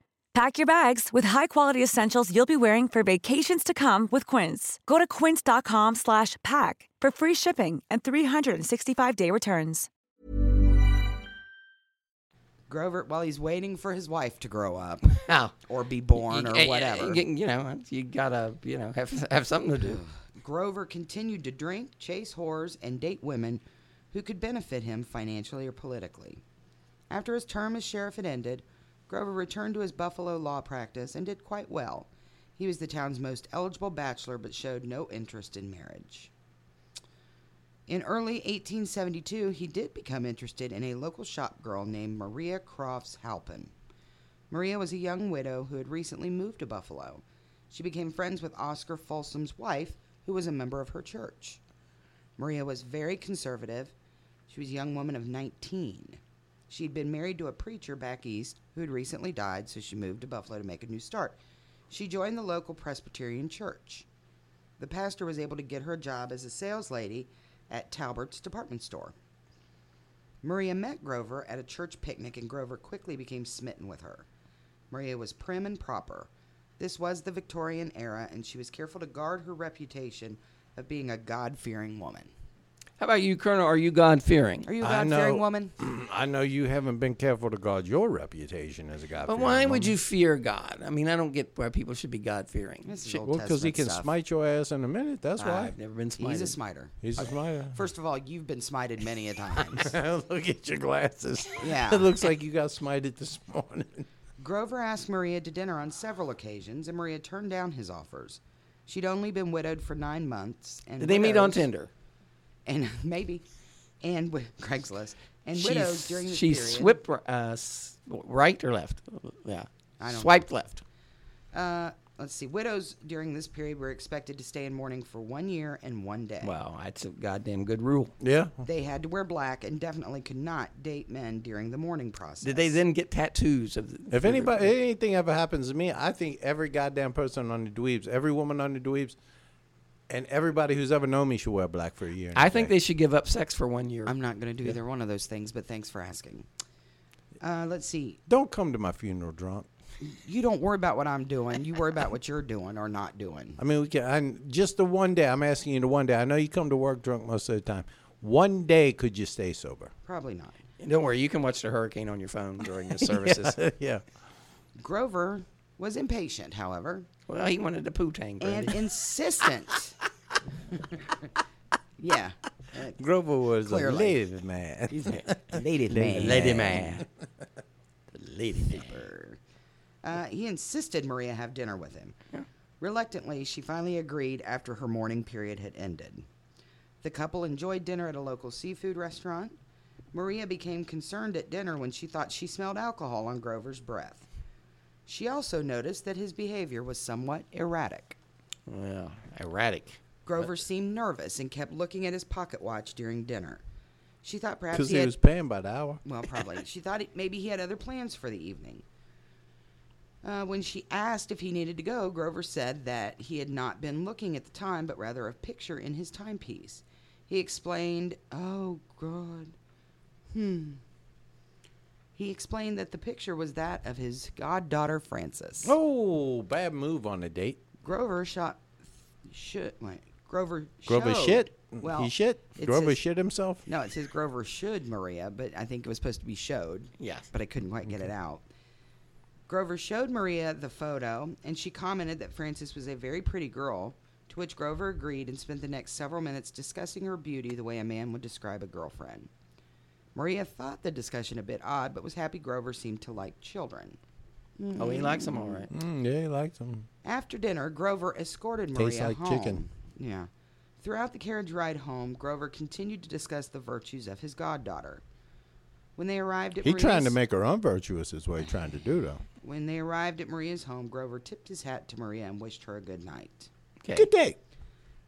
Speaker 4: Pack your bags with high-quality essentials you'll be wearing for vacations to come with Quince. Go to quince.com slash pack for free shipping and 365-day returns.
Speaker 2: Grover, while he's waiting for his wife to grow up
Speaker 1: Now,
Speaker 2: or be born or whatever,
Speaker 1: You know, you gotta, you know, have have something to do.
Speaker 2: Grover continued to drink, chase whores, and date women who could benefit him financially or politically. After his term as sheriff had ended, Grover returned to his Buffalo law practice and did quite well. He was the town's most eligible bachelor but showed no interest in marriage. In early 1872, he did become interested in a local shop girl named Maria Crofts Halpin. Maria was a young widow who had recently moved to Buffalo. She became friends with Oscar Folsom's wife, who was a member of her church. Maria was very conservative. She was a young woman of 19. She had been married to a preacher back east who had recently died, so she moved to Buffalo to make a new start. She joined the local Presbyterian church. The pastor was able to get her a job as a sales lady at Talbert's department store. Maria met Grover at a church picnic, and Grover quickly became smitten with her. Maria was prim and proper. This was the Victorian era, and she was careful to guard her reputation of being a God fearing woman.
Speaker 1: How about you, Colonel? Are you God fearing?
Speaker 2: Are you a
Speaker 3: I
Speaker 2: God
Speaker 3: know-
Speaker 2: fearing woman?
Speaker 3: I know you haven't been careful to guard your reputation as a guy.
Speaker 1: But why would you fear God? I mean, I don't get why people should be God fearing.
Speaker 2: This is Old
Speaker 3: Well, because he
Speaker 2: Testament
Speaker 3: can
Speaker 2: stuff.
Speaker 3: smite your ass in a minute. That's why.
Speaker 1: I've never been smited.
Speaker 2: He's a smiter.
Speaker 3: He's a smiter.
Speaker 2: First of all, you've been smited many a times.
Speaker 3: Look at your glasses.
Speaker 2: Yeah.
Speaker 3: it looks like you got smited this morning.
Speaker 2: Grover asked Maria to dinner on several occasions, and Maria turned down his offers. She'd only been widowed for nine months. And
Speaker 1: Did they meet on
Speaker 2: widows-
Speaker 1: Tinder?
Speaker 2: And maybe, and wi- Craigslist and
Speaker 1: She
Speaker 2: widows
Speaker 1: s-
Speaker 2: during this
Speaker 1: she
Speaker 2: period.
Speaker 1: swipped uh, s- right or left. Uh, Yeah,
Speaker 2: I don't
Speaker 1: swiped left.
Speaker 2: Uh, let's see. Widows during this period were expected to stay in mourning for one year and one day.
Speaker 1: Wow, that's a goddamn good rule.
Speaker 3: Yeah.
Speaker 2: They had to wear black and definitely could not date men during the mourning process.
Speaker 1: Did they then get tattoos of? The,
Speaker 3: If anybody, anything ever happens to me, I think every goddamn person on the dweebs, every woman on the dweebs, and everybody who's ever known me should wear black for a year. and
Speaker 1: I
Speaker 3: a
Speaker 1: think
Speaker 3: day.
Speaker 1: they should give up sex for one year.
Speaker 2: I'm not going to do either one of those things, but thanks for asking. Uh, let's see.
Speaker 3: don't come to my funeral drunk.
Speaker 2: You don't worry about what I'm doing. You worry about what you're doing or not doing.
Speaker 3: I mean, we can. I, just the one day. I'm asking you the one day. I know you come to work drunk most of the time. One day, could you stay sober?
Speaker 2: Probably not.
Speaker 1: And don't worry, you can watch the hurricane on your phone during the services.
Speaker 3: yeah.
Speaker 2: Grover was impatient, however,
Speaker 1: Well, he wanted a poo tang.
Speaker 2: and insistant. yeah. Uh,
Speaker 3: Grover was
Speaker 2: Clearly.
Speaker 3: a lady man.
Speaker 2: Lady man.
Speaker 1: lady man.
Speaker 2: Burr. Uh, he insisted Maria have dinner with him. Reluctantly, she finally agreed after her mourning period had ended. The couple enjoyed dinner at a local seafood restaurant. Maria became concerned at dinner when she thought she smelled alcohol on Grover's breath. She also noticed that his behavior was somewhat erratic.
Speaker 1: Well, erratic.
Speaker 2: Grover seemed nervous and kept looking at his pocket watch during dinner. She thought perhaps
Speaker 3: Because
Speaker 2: he
Speaker 3: he
Speaker 2: had,
Speaker 3: was paying by the hour.
Speaker 2: well, probably. she thought it, maybe he had other plans for the evening. Uh, when she asked if he needed to go, Grover said that he had not been looking at the time, but rather a picture in his timepiece. He explained, Oh, God. Hmm. He explained that the picture was that of his goddaughter, Frances.
Speaker 3: Oh, bad move on a date.
Speaker 2: Grover shot. Should. Wait, Grover.
Speaker 3: Grover
Speaker 2: showed-
Speaker 3: shit.
Speaker 2: Well,
Speaker 3: he shit.
Speaker 2: it
Speaker 3: Grover
Speaker 2: says-
Speaker 3: shit himself.
Speaker 2: No, it says Grover should Maria, but I think it was supposed to be showed.
Speaker 1: Yes.
Speaker 2: But I couldn't quite get it out. Grover showed Maria the photo, and she commented that Frances was a very pretty girl, To which Grover agreed and spent the next several minutes discussing her beauty the way a man would describe a girlfriend. Maria thought the discussion a bit odd, but was happy Grover seemed to like children.
Speaker 1: Oh, he likes them all right.
Speaker 3: Mm, yeah, he liked them.
Speaker 2: After dinner, Grover escorted Maria
Speaker 3: Tastes like
Speaker 2: home.
Speaker 3: chicken.
Speaker 2: Yeah. Throughout the carriage ride home, Grover continued to discuss the virtues of his goddaughter. When they arrived at
Speaker 3: He
Speaker 2: Maria's,
Speaker 3: trying to make her unvirtuous is what he trying to do though.
Speaker 2: When they arrived at Maria's home, Grover tipped his hat to Maria and wished her a good night.
Speaker 1: Okay.
Speaker 3: Good day.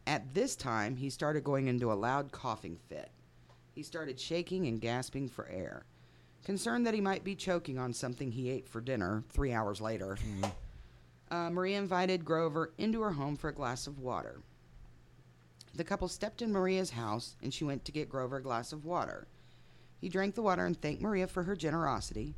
Speaker 2: At this time, he started going into a loud coughing fit. He started shaking and gasping for air. Concerned that he might be choking on something he ate for dinner three hours later, uh, Maria invited Grover into her home for a glass of water. The couple stepped in Maria's house and she went to get Grover a glass of water. He drank the water and thanked Maria for her generosity.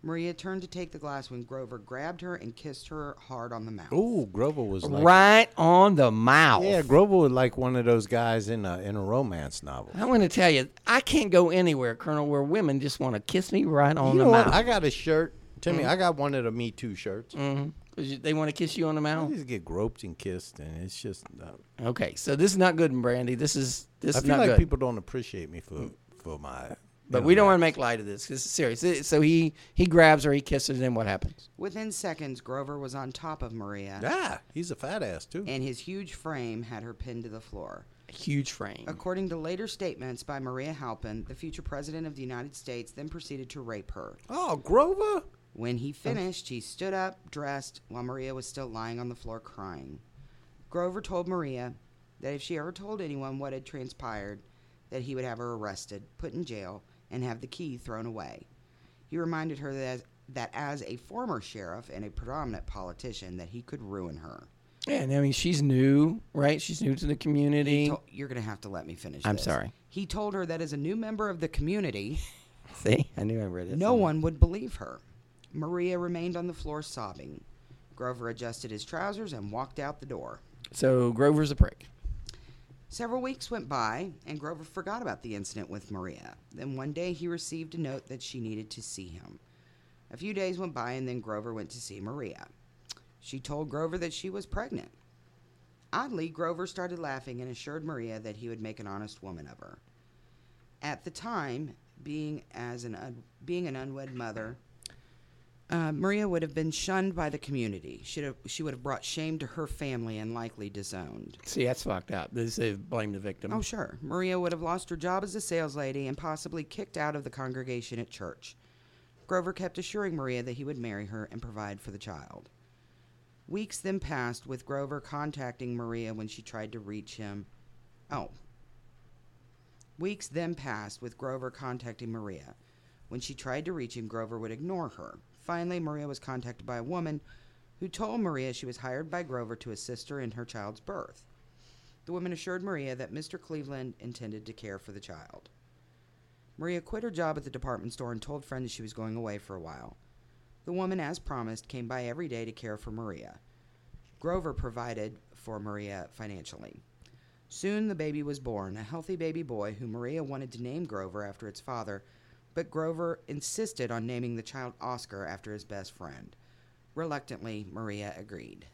Speaker 2: Maria turned to take the glass when Grover grabbed her and kissed her hard on the mouth.
Speaker 3: Ooh, Grover was like
Speaker 1: Right on the mouth.
Speaker 3: Yeah, Grover was like one of those guys in a in a romance novel.
Speaker 1: I want to tell you, I can't go anywhere, Colonel, where women just want to kiss me right on
Speaker 3: You
Speaker 1: the
Speaker 3: know what?
Speaker 1: mouth.
Speaker 3: I got a shirt. Timmy,
Speaker 1: Mm.
Speaker 3: I got one of the Me Too shirts.
Speaker 1: 'Cause you- Mm-hmm. They want to kiss you on the
Speaker 3: I
Speaker 1: mouth.
Speaker 3: just get groped and kissed, and it's just. Uh,
Speaker 1: Okay, so this is not good, Brandy. This is this
Speaker 3: I
Speaker 1: is
Speaker 3: feel
Speaker 1: not
Speaker 3: like
Speaker 1: good.
Speaker 3: people don't appreciate me for for my.
Speaker 1: but we don't want to make light of this. This is serious. It- So he he grabs her, he kisses, and what happens?
Speaker 2: Within seconds, Grover was on top of Maria,
Speaker 3: Ah, he's a fat ass too.
Speaker 2: and his huge frame had her pinned to the floor.
Speaker 1: A huge frame.
Speaker 2: According to later statements by Maria Halpin, the future president of the United States then proceeded to rape her.
Speaker 3: Oh, Grover.
Speaker 2: When he finished, he stood up, dressed, while Maria was still lying on the floor crying. Grover told Maria that if she ever told anyone what had transpired, that he would have her arrested, put in jail, and have the key thrown away. He reminded her that as, that as a former sheriff and a predominant politician, that he could ruin her.
Speaker 1: Yeah, and I mean she's new, right? She's new to the community.
Speaker 2: He to- you're going to have to let me finish.
Speaker 1: I'm
Speaker 2: this.
Speaker 1: sorry.
Speaker 2: He told her that as a new member of the community,
Speaker 1: See, I knew I read it.
Speaker 2: no one would believe her. Maria remained on the floor sobbing. Grover adjusted his trousers and walked out the door.
Speaker 1: So Grover's a prick.
Speaker 2: Several weeks went by, and Grover forgot about the incident with Maria. Then one day he received a note that she needed to see him. A few days went by, and then Grover went to see Maria. She told Grover that she was pregnant. Oddly, Grover started laughing and assured Maria that he would make an honest woman of her. At the time, being as an un- being an unwed mother, uh, Maria would have been shunned by the community. She'd have, she would have brought shame to her family and likely disowned.
Speaker 1: See, that's fucked up. They say blame the victim.
Speaker 2: Oh, sure. Maria would have lost her job as a sales lady and possibly kicked out of the congregation at church. Grover kept assuring Maria that he would marry her and provide for the child. Weeks then passed with Grover contacting Maria when she tried to reach him. Oh. Weeks then passed with Grover contacting Maria. When she tried to reach him, Grover would ignore her. Finally, Maria was contacted by a woman who told Maria she was hired by Grover to assist her in her child's birth. The woman assured Maria that Mr. Cleveland intended to care for the child. Maria quit her job at the department store and told friends she was going away for a while. The woman, as promised, came by every day to care for Maria. Grover provided for Maria financially. Soon the baby was born, a healthy baby boy who Maria wanted to name Grover after its father, but Grover insisted on naming the child Oscar after his best friend. Reluctantly, Maria agreed.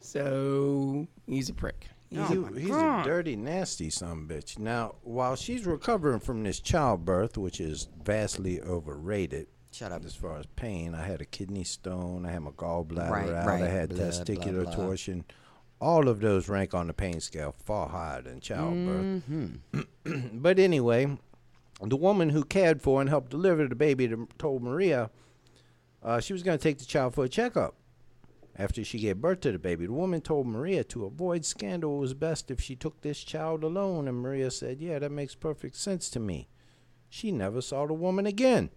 Speaker 1: So he's a prick.
Speaker 3: He- he's a dirty, nasty son of a bitch. Now, while she's recovering from this childbirth, which is vastly overrated.
Speaker 2: Shut up.
Speaker 3: As far as pain, I had a kidney stone. I had my gallbladder
Speaker 2: Right,
Speaker 3: out.
Speaker 2: right.
Speaker 3: I had
Speaker 2: Blah, blah,
Speaker 3: testicular
Speaker 2: blah.
Speaker 3: torsion. All of those rank on the pain scale far higher than childbirth.
Speaker 2: Mm-hmm.
Speaker 3: but anyway, the woman who cared for and helped deliver the baby to, told Maria uh, she was going to take the child for a checkup. After she gave birth to the baby, the woman told Maria to avoid scandal it was best if she took this child alone, and Maria said, Yeah, that makes perfect sense to me. She never saw the woman again.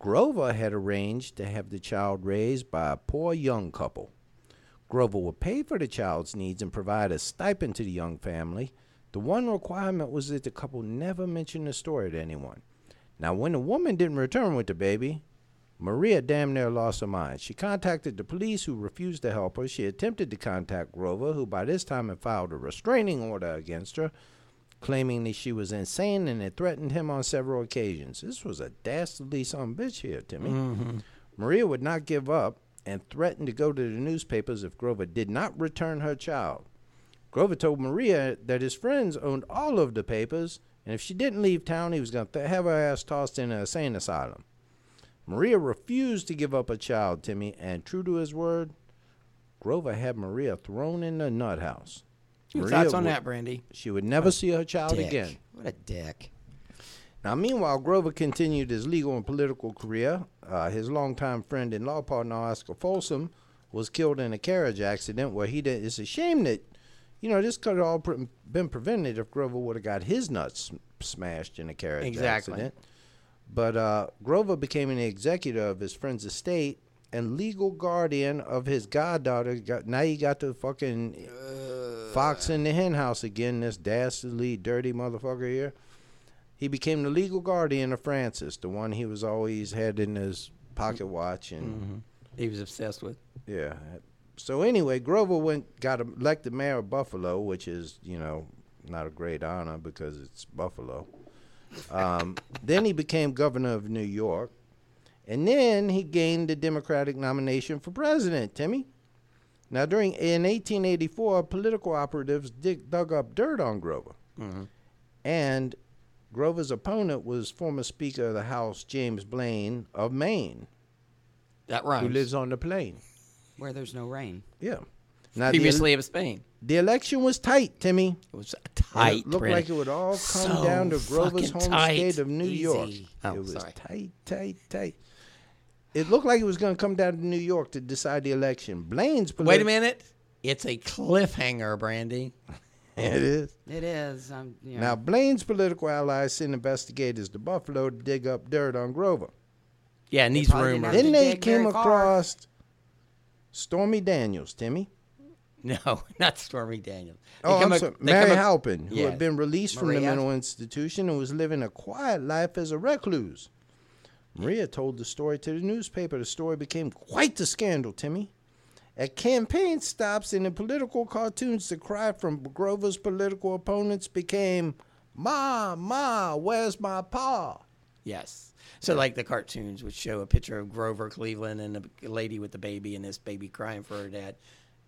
Speaker 3: Grover had arranged to have the child raised by a poor young couple. Grover would pay for the child's needs and provide a stipend to the young family. The one requirement was that the couple never mention the story to anyone. Now, when the woman didn't return with the baby, Maria damn near lost her mind. She contacted the police, who refused to help her. She attempted to contact Grover, who by this time had filed a restraining order against her, claiming that she was insane and had threatened him on several occasions. This was a dastardly son of a bitch here, Timmy. Maria would not give up and threatened to go to the newspapers if Grover did not return her child. Grover told Maria that his friends owned all of the papers, and if she didn't leave town, he was going to have her ass tossed in an insane asylum. Maria refused to give up her child, Timmy, and true to his word, Grover had Maria thrown in the nut house.
Speaker 1: Your
Speaker 3: Maria
Speaker 1: thoughts on
Speaker 3: would-
Speaker 1: that, Oh, Brandy?
Speaker 3: She would never see her child
Speaker 2: Dick.
Speaker 3: again.
Speaker 2: What a dick.
Speaker 3: Now, meanwhile, Grover continued his legal and political career. Uh, his longtime friend and law partner, Oscar Folsom, was killed in a carriage accident where he did. It's a shame that, you know, this could have all pre- been prevented if Grover would have got his nuts sm- smashed in a carriage
Speaker 1: Exactly.
Speaker 3: accident. But uh, Grover became an executor of his friend's estate and legal guardian of his goddaughter. Got, now you got the fucking fox in the hen house again, this dastardly, dirty motherfucker here. He became the legal guardian of Francis, the one he was always had in his pocket watch and
Speaker 1: He was obsessed with.
Speaker 3: yeah. So anyway, Grover went got elected mayor of Buffalo, which is you know not a great honor because it's Buffalo. Um, then he became governor of New York, and then he gained the Democratic nomination for president. Timmy. Now, during in 1884, political operatives dig, dug up dirt on Grover, and Grover's opponent was former Speaker of the House James Blaine of Maine,
Speaker 1: That
Speaker 3: who
Speaker 1: rhymes.
Speaker 3: lives on the plain.
Speaker 2: Where there's no rain.
Speaker 3: Yeah. Now, the-
Speaker 1: previously of Spain.
Speaker 3: the election was tight, Timmy.
Speaker 1: It was
Speaker 3: And
Speaker 1: tight.
Speaker 3: It looked
Speaker 1: Brandon.
Speaker 3: like it would all come
Speaker 1: So
Speaker 3: down to Grover's
Speaker 1: fucking
Speaker 3: home
Speaker 1: tight.
Speaker 3: state of New York.
Speaker 1: Easy. Oh,
Speaker 3: it was
Speaker 1: sorry.
Speaker 3: tight, tight, tight. It looked like it was going to come down to New York to decide the election. Blaine's polit-
Speaker 1: Wait a minute. It's a cliffhanger, Brandy.
Speaker 3: it is.
Speaker 2: It is. I'm, you know,
Speaker 3: Now, Blaine's political allies sent investigators to Buffalo to dig up dirt on Grover.
Speaker 1: Yeah, and these
Speaker 2: probably didn't
Speaker 1: rumors.
Speaker 2: have
Speaker 3: Then
Speaker 2: to
Speaker 3: they
Speaker 2: dig very
Speaker 3: came
Speaker 2: far.
Speaker 3: across Stormy Daniels, Timmy.
Speaker 1: No, not Stormy Daniels. They
Speaker 3: Oh,
Speaker 1: come
Speaker 3: I'm
Speaker 1: ac-
Speaker 3: sorry.
Speaker 1: they
Speaker 3: Mary
Speaker 1: come ac-
Speaker 3: Halpin, who
Speaker 1: Yes.
Speaker 3: had been released from the
Speaker 2: Maria.
Speaker 3: mental institution and was living a quiet life as a recluse. Maria told the story to the newspaper. The story became quite the scandal, Timmy. At campaign stops and in political cartoons, the cry from Grover's political opponents became, Ma, Ma, where's my pa?
Speaker 1: Yes. So, like the cartoons would show a picture of Grover Cleveland and the lady with the baby and this baby crying for her dad.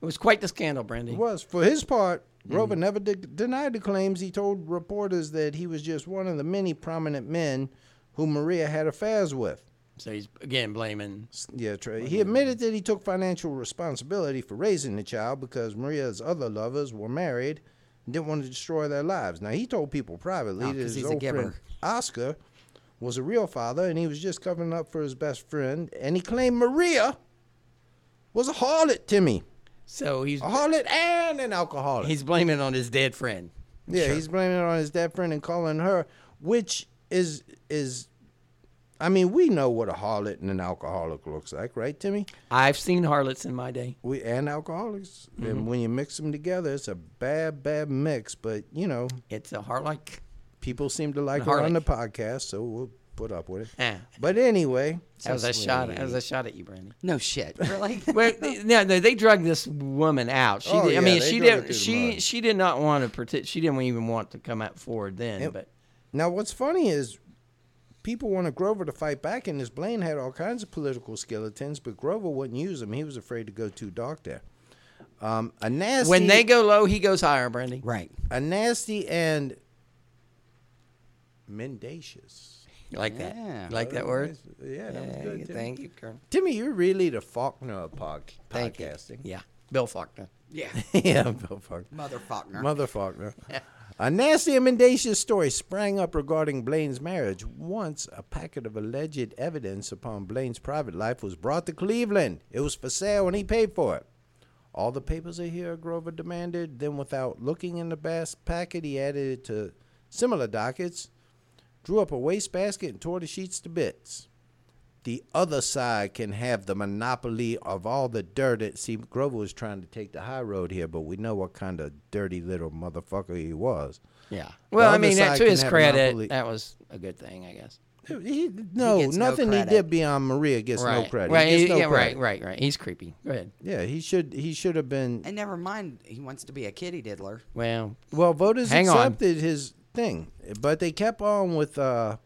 Speaker 1: It was quite the scandal, Brandy.
Speaker 3: It was. For his part, Grover never de- denied the claims. He told reporters that he was just one of the many prominent men who Maria had affairs with.
Speaker 1: So, he's again blaming.
Speaker 3: Yeah, Trey. He admitted that he took financial responsibility for raising the child because Maria's other lovers were married and didn't want to destroy their lives. Now, he told people privately
Speaker 2: No,
Speaker 3: that
Speaker 2: Oh, 'cause
Speaker 3: his
Speaker 2: he's a
Speaker 3: old
Speaker 2: giver.
Speaker 3: friend Oscar was a real father and he was just covering up for his best friend. And he claimed Maria was a harlot, Timmy.
Speaker 1: So, he's
Speaker 3: A harlot and an alcoholic.
Speaker 1: he's blaming on his dead friend.
Speaker 3: Yeah, he's blaming it on his dead friend and calling her, which is is. I mean, we know what a harlot and an alcoholic looks like, right, Timmy?
Speaker 1: I've seen harlots in my day.
Speaker 3: We and alcoholics,
Speaker 1: Mm-hmm.
Speaker 3: and when you mix them together, it's a bad, bad mix. But you know,
Speaker 1: It's a harlot.
Speaker 3: people seem to like her
Speaker 1: Harlot.
Speaker 3: on the podcast, so we'll put up with it.
Speaker 1: Ah.
Speaker 3: But anyway,
Speaker 1: That was a shot. That was a shot at you, Brandy.
Speaker 2: no shit. Really?
Speaker 1: Well, they- no, no, they drugged this woman out. She,
Speaker 3: Oh,
Speaker 1: did,
Speaker 3: yeah,
Speaker 1: I mean,
Speaker 3: they
Speaker 1: she
Speaker 3: drug her
Speaker 1: did.
Speaker 3: through the
Speaker 1: She
Speaker 3: mud.
Speaker 1: she did not want to protect. She didn't even want to come out forward then. but
Speaker 3: now what's funny is people wanted Grover to fight back, and this Blaine had all kinds of political skeletons, but Grover wouldn't use them. He was afraid to go too dark there. Um, a nasty
Speaker 1: when they go low, he goes higher, Brandy.
Speaker 2: right.
Speaker 3: a nasty and mendacious.
Speaker 1: You like that?
Speaker 2: Yeah.
Speaker 1: You like that word?
Speaker 3: Yeah, that was Oh, good. Timmy.
Speaker 1: Thank you, Colonel.
Speaker 3: Timmy, you're really the Faulkner of pod-
Speaker 1: Thank you.
Speaker 3: podcasting.
Speaker 1: Yeah, Bill Faulkner.
Speaker 2: Yeah.
Speaker 3: yeah, Bill Faulkner.
Speaker 2: Mother Faulkner.
Speaker 3: Mother Faulkner. a nasty and mendacious story sprang up regarding Blaine's marriage. Once a packet of alleged evidence upon Blaine's private life was brought to Cleveland. It was for sale and he paid for it. All the papers are here, Grover demanded. Then, without looking in the bas- packet, he added it to similar dockets, drew up a wastebasket, and tore the sheets to bits. The other side can have the monopoly of all the dirt. It seemed Grover was trying to take the high road here, but we know what kind of dirty little motherfucker he was.
Speaker 1: Yeah.
Speaker 3: The
Speaker 1: Well, I
Speaker 3: other
Speaker 1: mean, that,
Speaker 3: side
Speaker 1: to
Speaker 3: can
Speaker 1: his
Speaker 3: have
Speaker 1: credit,
Speaker 3: monopoly-
Speaker 1: that was a good thing, I guess.
Speaker 3: He- no,
Speaker 2: gets no
Speaker 3: nothing he
Speaker 2: credit.
Speaker 3: did beyond Maria gets
Speaker 1: right.
Speaker 3: no credit. He
Speaker 1: Right.
Speaker 3: gets no
Speaker 1: yeah.
Speaker 3: credit.
Speaker 1: Right. Right. Right. He's creepy. Go ahead.
Speaker 3: Yeah, he should. He should have been.
Speaker 2: and never mind, he wants to be a kitty diddler.
Speaker 1: Well,
Speaker 3: Well, voters
Speaker 1: Hang on.
Speaker 3: accepted his thing, but they kept on with uh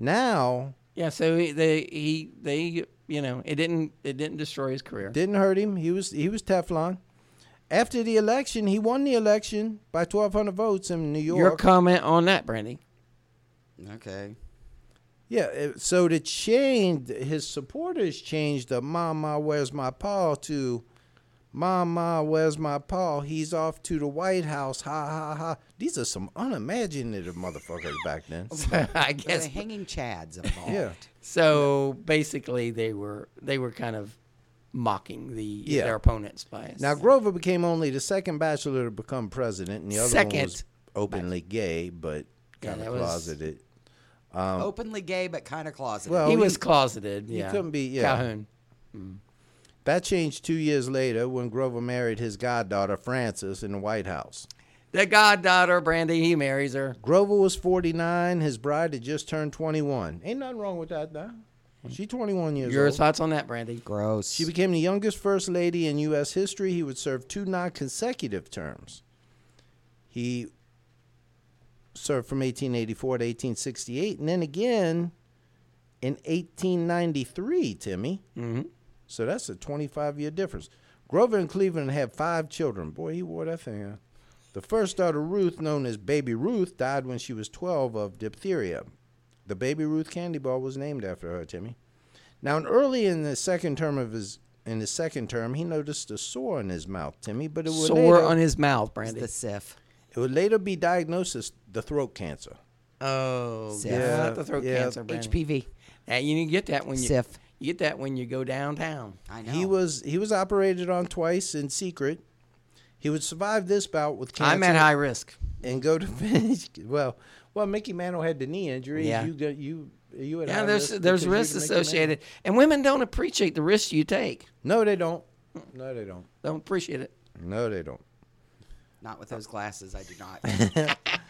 Speaker 3: now
Speaker 1: yeah. So he, they he they you know it didn't it didn't destroy his career.
Speaker 3: didn't hurt him. He was he was Teflon. After the election, he won the election by 1,200 votes in New York.
Speaker 1: Your comment on that, Brandy.
Speaker 2: Okay.
Speaker 3: Yeah, it- so the change, his supporters changed the "Mama, where's my paw?" to "Mama, where's my paw? He's off to the White House." Ha ha ha! These are some unimaginative motherfuckers back then.
Speaker 1: I
Speaker 2: Yes.
Speaker 1: guess.
Speaker 2: The hanging chads involved.
Speaker 3: Yeah,
Speaker 1: So basically, they were they were kind of mocking the
Speaker 3: Yeah.
Speaker 1: their opponents by
Speaker 3: now Grover became only the second bachelor to become president, and the other one was
Speaker 1: Second
Speaker 3: openly gay, but
Speaker 1: Yeah,
Speaker 3: kind
Speaker 1: that
Speaker 3: of
Speaker 1: was-
Speaker 3: closeted.
Speaker 2: Openly gay, but kind of closeted.
Speaker 3: Um, Well,
Speaker 1: he
Speaker 3: oh, he-
Speaker 1: was closeted. Yeah,
Speaker 3: couldn't be- yeah.
Speaker 1: Calhoun.
Speaker 3: That changed two years later when Grover married his goddaughter Frances in the White House.
Speaker 1: The goddaughter Brandy, he marries her.
Speaker 3: Grover was 49. His bride had just turned 21. Ain't nothing wrong with that now. She 21 years
Speaker 1: Your
Speaker 3: old.
Speaker 1: thoughts on that, Brandy?
Speaker 2: Gross.
Speaker 3: She became the youngest first lady in U.S. history. He would serve two non-consecutive terms. He served from 1884 to 1868, and then again in 1893. Timmy. Mm-hmm. So that's a 25-year difference. Grover and Cleveland had five children. Boy, he wore that thing. out. The first daughter, Ruth, known as Baby Ruth, died when she was 12 of diphtheria. The Baby Ruth candy bar was named after her, Timmy. Now, in early in the second term of his in his second term, he noticed a sore in his mouth, Timmy. But it would
Speaker 1: Sore
Speaker 3: later,
Speaker 1: on his mouth,
Speaker 2: It's
Speaker 1: Brandy.
Speaker 2: the sif.
Speaker 3: it would later be diagnosed as the throat cancer.
Speaker 1: Oh,
Speaker 2: Sif.
Speaker 1: yeah, not the throat
Speaker 3: yeah.
Speaker 1: cancer, Brandy.
Speaker 2: HPV.
Speaker 1: And you need to get that when you
Speaker 2: Sif.
Speaker 1: you get that when you go downtown.
Speaker 2: I know.
Speaker 3: He was he was operated on twice in secret. He would survive this bout with cancer
Speaker 1: I'm at high risk.
Speaker 3: and go to finish. Well, well, Mickey Mantle had the knee injury.
Speaker 1: Yeah.
Speaker 3: You go, you you at
Speaker 1: Yeah,
Speaker 3: high
Speaker 1: there's
Speaker 3: risk because
Speaker 1: there's
Speaker 3: you
Speaker 1: risks
Speaker 3: can make your man.
Speaker 1: associated, and women don't appreciate the risks you take.
Speaker 3: No, they don't. No, they don't.
Speaker 1: Don't appreciate it.
Speaker 3: No, they don't.
Speaker 2: Not with those glasses. I do not.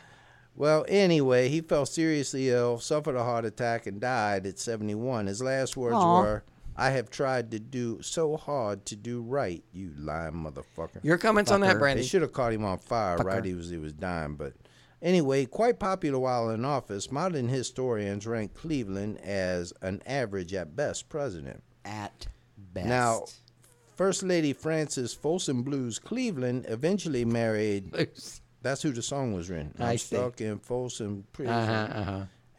Speaker 3: Well, anyway, he fell seriously ill, suffered a heart attack, and died at 71. His last words were, I have tried to do so hard to do right, you lying motherfucker.
Speaker 1: Your comments on that,
Speaker 3: they
Speaker 1: Brandy?
Speaker 3: should have caught him on fire right he was, he was dying. But anyway, quite popular while in office, modern historians rank Cleveland as an average at best president.
Speaker 2: At best.
Speaker 3: Now, First Lady Frances Folsom Blues Cleveland eventually married. That's who the song was written. I'm
Speaker 1: I see. Uh-huh,
Speaker 3: stuck in Folsom Prison.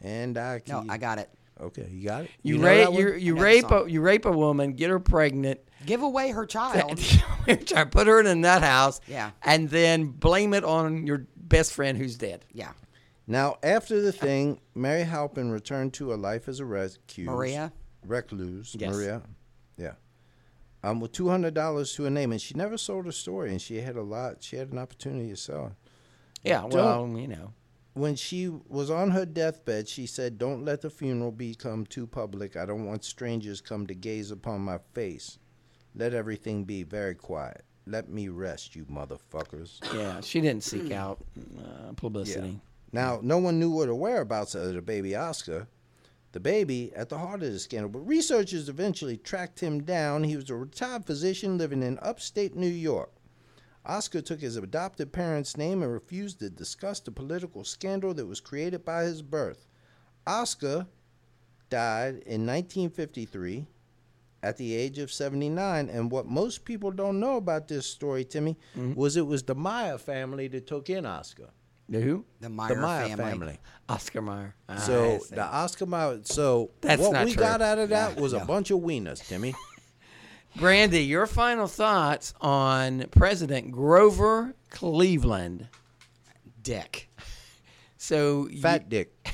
Speaker 3: And I
Speaker 2: no,
Speaker 3: can.
Speaker 2: I got it.
Speaker 3: Okay, Uh-huh. you got it.
Speaker 1: You,
Speaker 3: know
Speaker 1: rape
Speaker 3: that one?
Speaker 1: you, you
Speaker 2: know the
Speaker 1: rape a,
Speaker 2: song.
Speaker 1: you rape a woman, get her pregnant,
Speaker 2: Give away her child.
Speaker 1: try to put her in a nut house,
Speaker 2: Yeah.
Speaker 1: and then blame it on your best friend who's dead.
Speaker 2: yeah.
Speaker 3: Now, after the thing, Mary Halpin returned to a life as a rescue.
Speaker 2: Maria?
Speaker 3: Recluse.
Speaker 1: Yes.
Speaker 3: Maria. Yeah. Um, with two hundred dollars to her name, and she never sold her story, and she had a lot. She had an opportunity to sell. it.
Speaker 1: Yeah, well, you know,
Speaker 3: when she was on her deathbed, she said, "Don't let the funeral become too public. I don't want strangers come to gaze upon my face. Let everything be very quiet. Let me rest, you motherfuckers."
Speaker 1: yeah, she didn't
Speaker 3: Mm.
Speaker 1: seek out uh, publicity.
Speaker 3: Now, no one knew what her whereabouts of the baby Oscar, the baby at the heart of the scandal, but researchers eventually tracked him down. He was a retired physician living in upstate New York. Oscar took his adopted parents' name and refused to discuss the political scandal that was created by his birth. Oscar died in 1953 at the age of 79. And what most people don't know about this story, Timmy, was it was the Meyer family that took in Oscar
Speaker 1: The who?
Speaker 2: The Meyer,
Speaker 3: the Meyer family.
Speaker 1: Oscar Mayer. Ah,
Speaker 3: So the Oscar Mayer. So
Speaker 1: That's
Speaker 3: what
Speaker 1: not
Speaker 3: we
Speaker 1: true.
Speaker 3: got out of that was a bunch of wieners, Timmy.
Speaker 1: Brandy, your final thoughts on President Grover Cleveland.
Speaker 2: Dick.
Speaker 1: So
Speaker 3: Fat dick,
Speaker 1: you,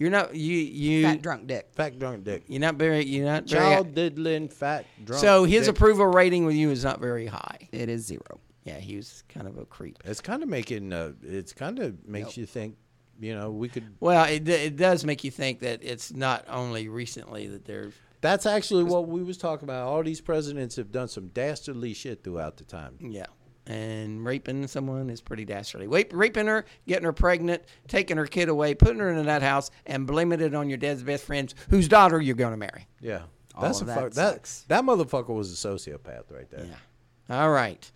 Speaker 1: you're not you you
Speaker 2: Fat drunk dick.
Speaker 3: fat drunk dick,
Speaker 1: you're not very you're not very
Speaker 3: child diddling, fat drunk.
Speaker 1: So his
Speaker 3: dick.
Speaker 1: approval rating with you is not very high.
Speaker 2: It is zero.
Speaker 1: Yeah, he was kind of a creep.
Speaker 3: It's kind of making. Uh, it's kind of makes you think. You know, we could.
Speaker 1: Well, it, d- it does make you think that it's not only recently that there's
Speaker 3: That's actually what we was talking about. All these presidents have done some dastardly shit throughout the time.
Speaker 1: yeah, and raping someone is pretty dastardly. Rape, raping her, getting her pregnant, taking her kid away, putting her in that house, and blaming it on your dad's best friend, whose daughter you're going to marry.
Speaker 3: Yeah,
Speaker 2: All
Speaker 3: that's
Speaker 2: of
Speaker 3: a
Speaker 2: that
Speaker 3: fuck.
Speaker 2: sucks.
Speaker 3: That that motherfucker was a sociopath right there.
Speaker 1: All right.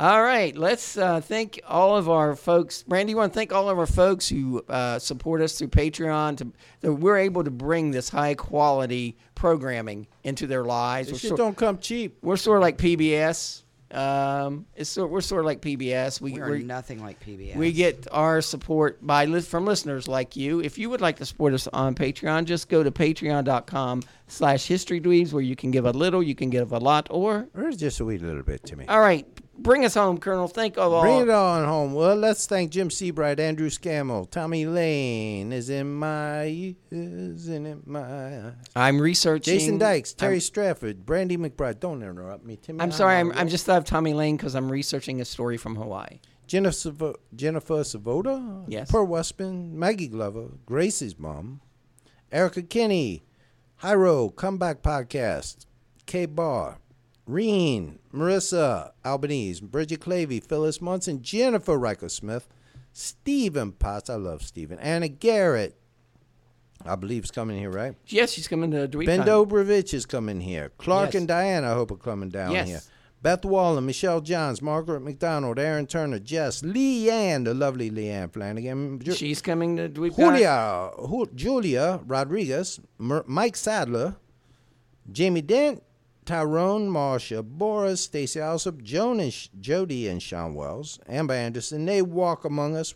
Speaker 1: All right. Let's uh, thank all of our folks. Brandy, you want to thank all of our folks who uh, support us through Patreon to that we're able to bring this high quality programming into their lives. We're
Speaker 3: This shit
Speaker 1: sort,
Speaker 3: don't come cheap.
Speaker 1: we're sort of like PBS. Um, it's sort, we're sort of like PBS. We
Speaker 2: We are
Speaker 1: we're-
Speaker 2: nothing like PBS.
Speaker 1: we get our support by lis- from listeners like you. If you would like to support us on Patreon, just go to patreon.com slash history dweebs where you can give a little, you can give a lot, or
Speaker 3: Or just a wee little bit to me.
Speaker 1: all right, bring us home, Colonel. Thank you all.
Speaker 3: Bring it on home. Well, let's thank Jim Seabright, Andrew Scammell, Tommy Lane is in my is in it my
Speaker 1: I'm researching
Speaker 3: Jason Dykes, Terry uh, Stratford, Brandy McBride. Don't interrupt me, Timmy.
Speaker 1: I'm sorry, I'm,
Speaker 3: already-
Speaker 1: I'm just thought of Tommy Lane because I'm researching a story from Hawaii.
Speaker 3: Jennifer Savo- Jennifer Savoda,
Speaker 1: Yes.
Speaker 3: Per Westman, Maggie Glover, Gracie's mom, Erica Kinney, Hyro Comeback Podcast, K Barr, Reen, Marissa Albanese, Bridget Clavey, Phyllis Munson, Jennifer Riker Smith, Stephen Potts. I love Stephen. Anna Garrett, I believe is coming here, right?
Speaker 1: Yes, she's coming to Dweeb
Speaker 3: Ben
Speaker 1: Time.
Speaker 3: Dobrovich is coming here. Clark
Speaker 1: Yes.
Speaker 3: and Diane, I hope, are coming down
Speaker 1: Yes.
Speaker 3: here. Beth Wallen, Michelle Johns, Margaret McDonald, Aaron Turner, Jess, Leanne, the lovely Leanne Flanagan, Ju-
Speaker 1: She's coming to Dweeb Time.
Speaker 3: Julia, Ju- Julia Rodriguez, Mer- Mike Sadler, Jamie Dent, Tyrone, Marsha, Boris, Stacy Alsop, Joan and Sh- Jody and Sean Wells, Amber Anderson, they walk among us.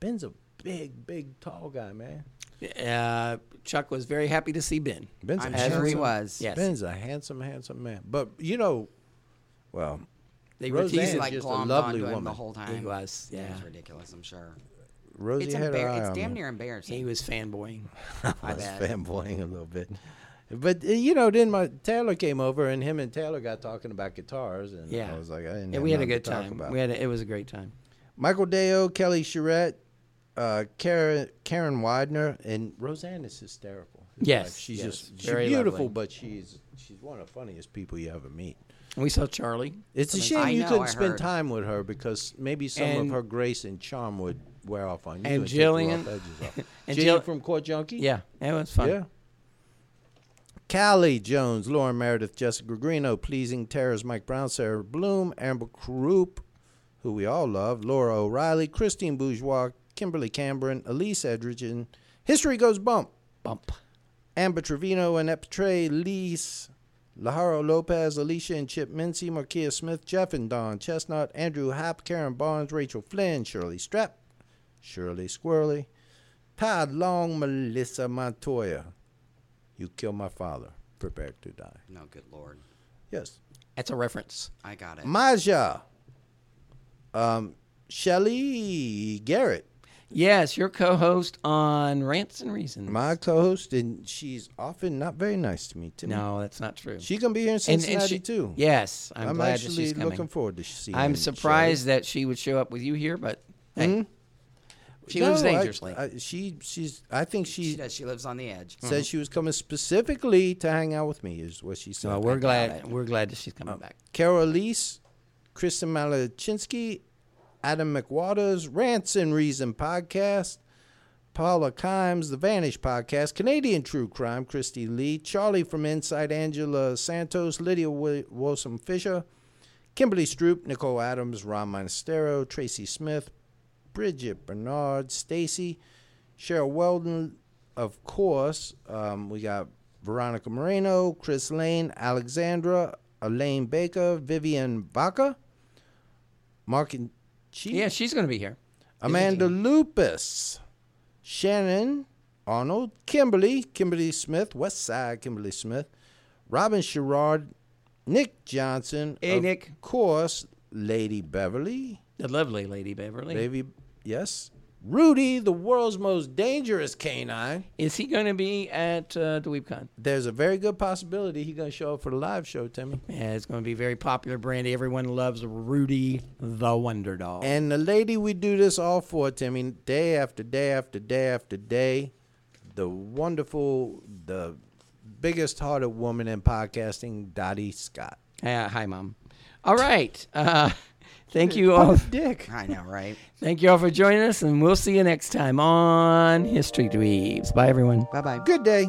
Speaker 3: Ben's a big, big, tall guy, man.
Speaker 1: Uh, Chuck was very happy to see Ben.
Speaker 3: Ben's
Speaker 2: I'm
Speaker 3: a
Speaker 2: sure he
Speaker 3: handsome-
Speaker 2: was.
Speaker 1: Yes.
Speaker 3: Ben's a handsome, handsome man. But you know, well,
Speaker 1: They were
Speaker 3: Roseanne
Speaker 1: teasing.
Speaker 2: He's like
Speaker 3: just a
Speaker 2: glommed
Speaker 3: lovely
Speaker 2: onto him the
Speaker 3: woman.
Speaker 2: whole time.
Speaker 1: He was,
Speaker 2: It
Speaker 1: yeah.
Speaker 2: was ridiculous. I'm sure.
Speaker 3: Rosie
Speaker 2: It's,
Speaker 3: had her
Speaker 2: embar-
Speaker 3: eye
Speaker 2: it's
Speaker 3: on
Speaker 2: damn
Speaker 3: me.
Speaker 2: near
Speaker 1: he
Speaker 2: embarrassing.
Speaker 1: was fanboying.
Speaker 3: I was fanboying a little bit. But uh, you know, then my Taylor came over, and him and Taylor got talking about guitars, and
Speaker 1: Yeah,
Speaker 3: I was like, I didn't
Speaker 1: yeah,
Speaker 3: have
Speaker 1: we had a
Speaker 3: nothing to
Speaker 1: good
Speaker 3: talk
Speaker 1: time.
Speaker 3: about.
Speaker 1: We had a, it was a great time.
Speaker 3: Michael Deo, Kelly Charette, uh, Karen Karen Widener, and Roseanne is hysterical. Like,
Speaker 1: Yes,
Speaker 3: she's
Speaker 1: yes,
Speaker 3: just she's
Speaker 1: very
Speaker 3: beautiful,
Speaker 1: lovely.
Speaker 3: but she's she's one of the funniest people you ever meet.
Speaker 1: We saw Charlie.
Speaker 3: It's a
Speaker 2: mean,
Speaker 3: shame
Speaker 2: I
Speaker 3: you
Speaker 2: know,
Speaker 3: couldn't
Speaker 2: I
Speaker 3: spend
Speaker 2: heard.
Speaker 3: time with her because maybe some
Speaker 1: And-
Speaker 3: of her grace and charm would wear off on you.
Speaker 1: and
Speaker 3: take the rough
Speaker 1: Jillian-
Speaker 3: edges off.
Speaker 1: and
Speaker 3: Jillian
Speaker 1: Jill-
Speaker 3: from Court Junkie.
Speaker 1: Yeah, it was fun.
Speaker 3: yeah. Callie Jones, Lauren Meredith, Jessica Greeno, Pleasing Terrors, Mike Brown, Sarah Bloom, Amber Croup, who we all love, Laura O'Reilly, Christine Bourgeois, Kimberly Cameron, Elise Edridge, and History Goes Bump.
Speaker 1: Bump.
Speaker 3: Amber Trevino, Annette Petray, Lise, Laharo Lopez, Alicia and Chip Mincy, Markia Smith, Jeff and Don Chestnut, Andrew Happ, Karen Barnes, Rachel Flynn, Shirley Strep, Shirley Squirrely, Todd Long, Melissa Montoya. You killed my father. Prepare to die.
Speaker 2: No, good lord,
Speaker 3: Yes.
Speaker 1: That's a reference.
Speaker 2: I got it.
Speaker 3: Maja. Um, Shelly Garrett.
Speaker 1: Yes, your co-host on Rants and Reasons.
Speaker 3: My co-host, and she's often not very nice to me. Too.
Speaker 1: no, that's not true.
Speaker 3: She gonna be here in
Speaker 1: And- and
Speaker 3: Cincinnati
Speaker 1: she-
Speaker 3: too.
Speaker 1: Yes, I'm,
Speaker 3: I'm,
Speaker 1: glad that
Speaker 3: actually
Speaker 1: she's coming.
Speaker 3: looking forward to seeing.
Speaker 1: I'm
Speaker 3: Shelley.
Speaker 1: surprised that she would show up with you here, but hey, she
Speaker 3: Hmm? No,
Speaker 1: lives
Speaker 3: I-
Speaker 1: dangerously.
Speaker 3: I, she she's. I think she,
Speaker 2: She does. She lives on the edge.
Speaker 3: said
Speaker 1: Mm-hmm.
Speaker 3: she was coming specifically to hang out with me. Is what she said.
Speaker 1: so we're glad. We're glad that she's
Speaker 3: Oh.
Speaker 1: coming back.
Speaker 3: Carol Elise, Kristen Malachinsky, Adam McWaters, Rants and Reason podcast, Paula Kimes, The Vanish podcast, Canadian True Crime, Christy Lee, Charlie from Inside, Angela Santos, Lydia Wi- Wilson Fisher, Kimberly Stroop, Nicole Adams, Ron Monastero, Tracy Smith, Bridget Bernard, Stacy, Cheryl Weldon, of course. Um, we got Veronica Moreno, Chris Lane, Alexandra, Elaine Baker, Vivian Vaca, Mark and Chief,
Speaker 1: Yeah, she's going to be here.
Speaker 3: Amanda Lupus, Shannon Arnold, Kimberly, Kimberly Smith, West Side Kimberly Smith, Robin Sherrard, Nick Johnson,
Speaker 1: Hey,
Speaker 3: of
Speaker 1: Nick.
Speaker 3: course, Lady Beverly.
Speaker 1: The lovely Lady Beverly.
Speaker 3: Baby, yes. Rudy, the world's most dangerous canine.
Speaker 1: Is he going to be at uh, DweebCon?
Speaker 3: There's a very good possibility he's gonna show up for the live show, Timmy.
Speaker 1: Yeah, it's going to be very popular, Brandy. Everyone loves Rudy the Wonder Dog.
Speaker 3: And the lady we do this all for, Timmy, day after day after day after day, the wonderful, the biggest hearted woman in podcasting, Dottie Scott.
Speaker 1: Yeah, hi, mom. All right. Uh, thank you all.
Speaker 3: Dick.
Speaker 2: I know, right?
Speaker 1: Thank you all for joining us, and we'll see you next time on History Dweebs. Bye, everyone.
Speaker 2: Bye bye.
Speaker 3: Good day.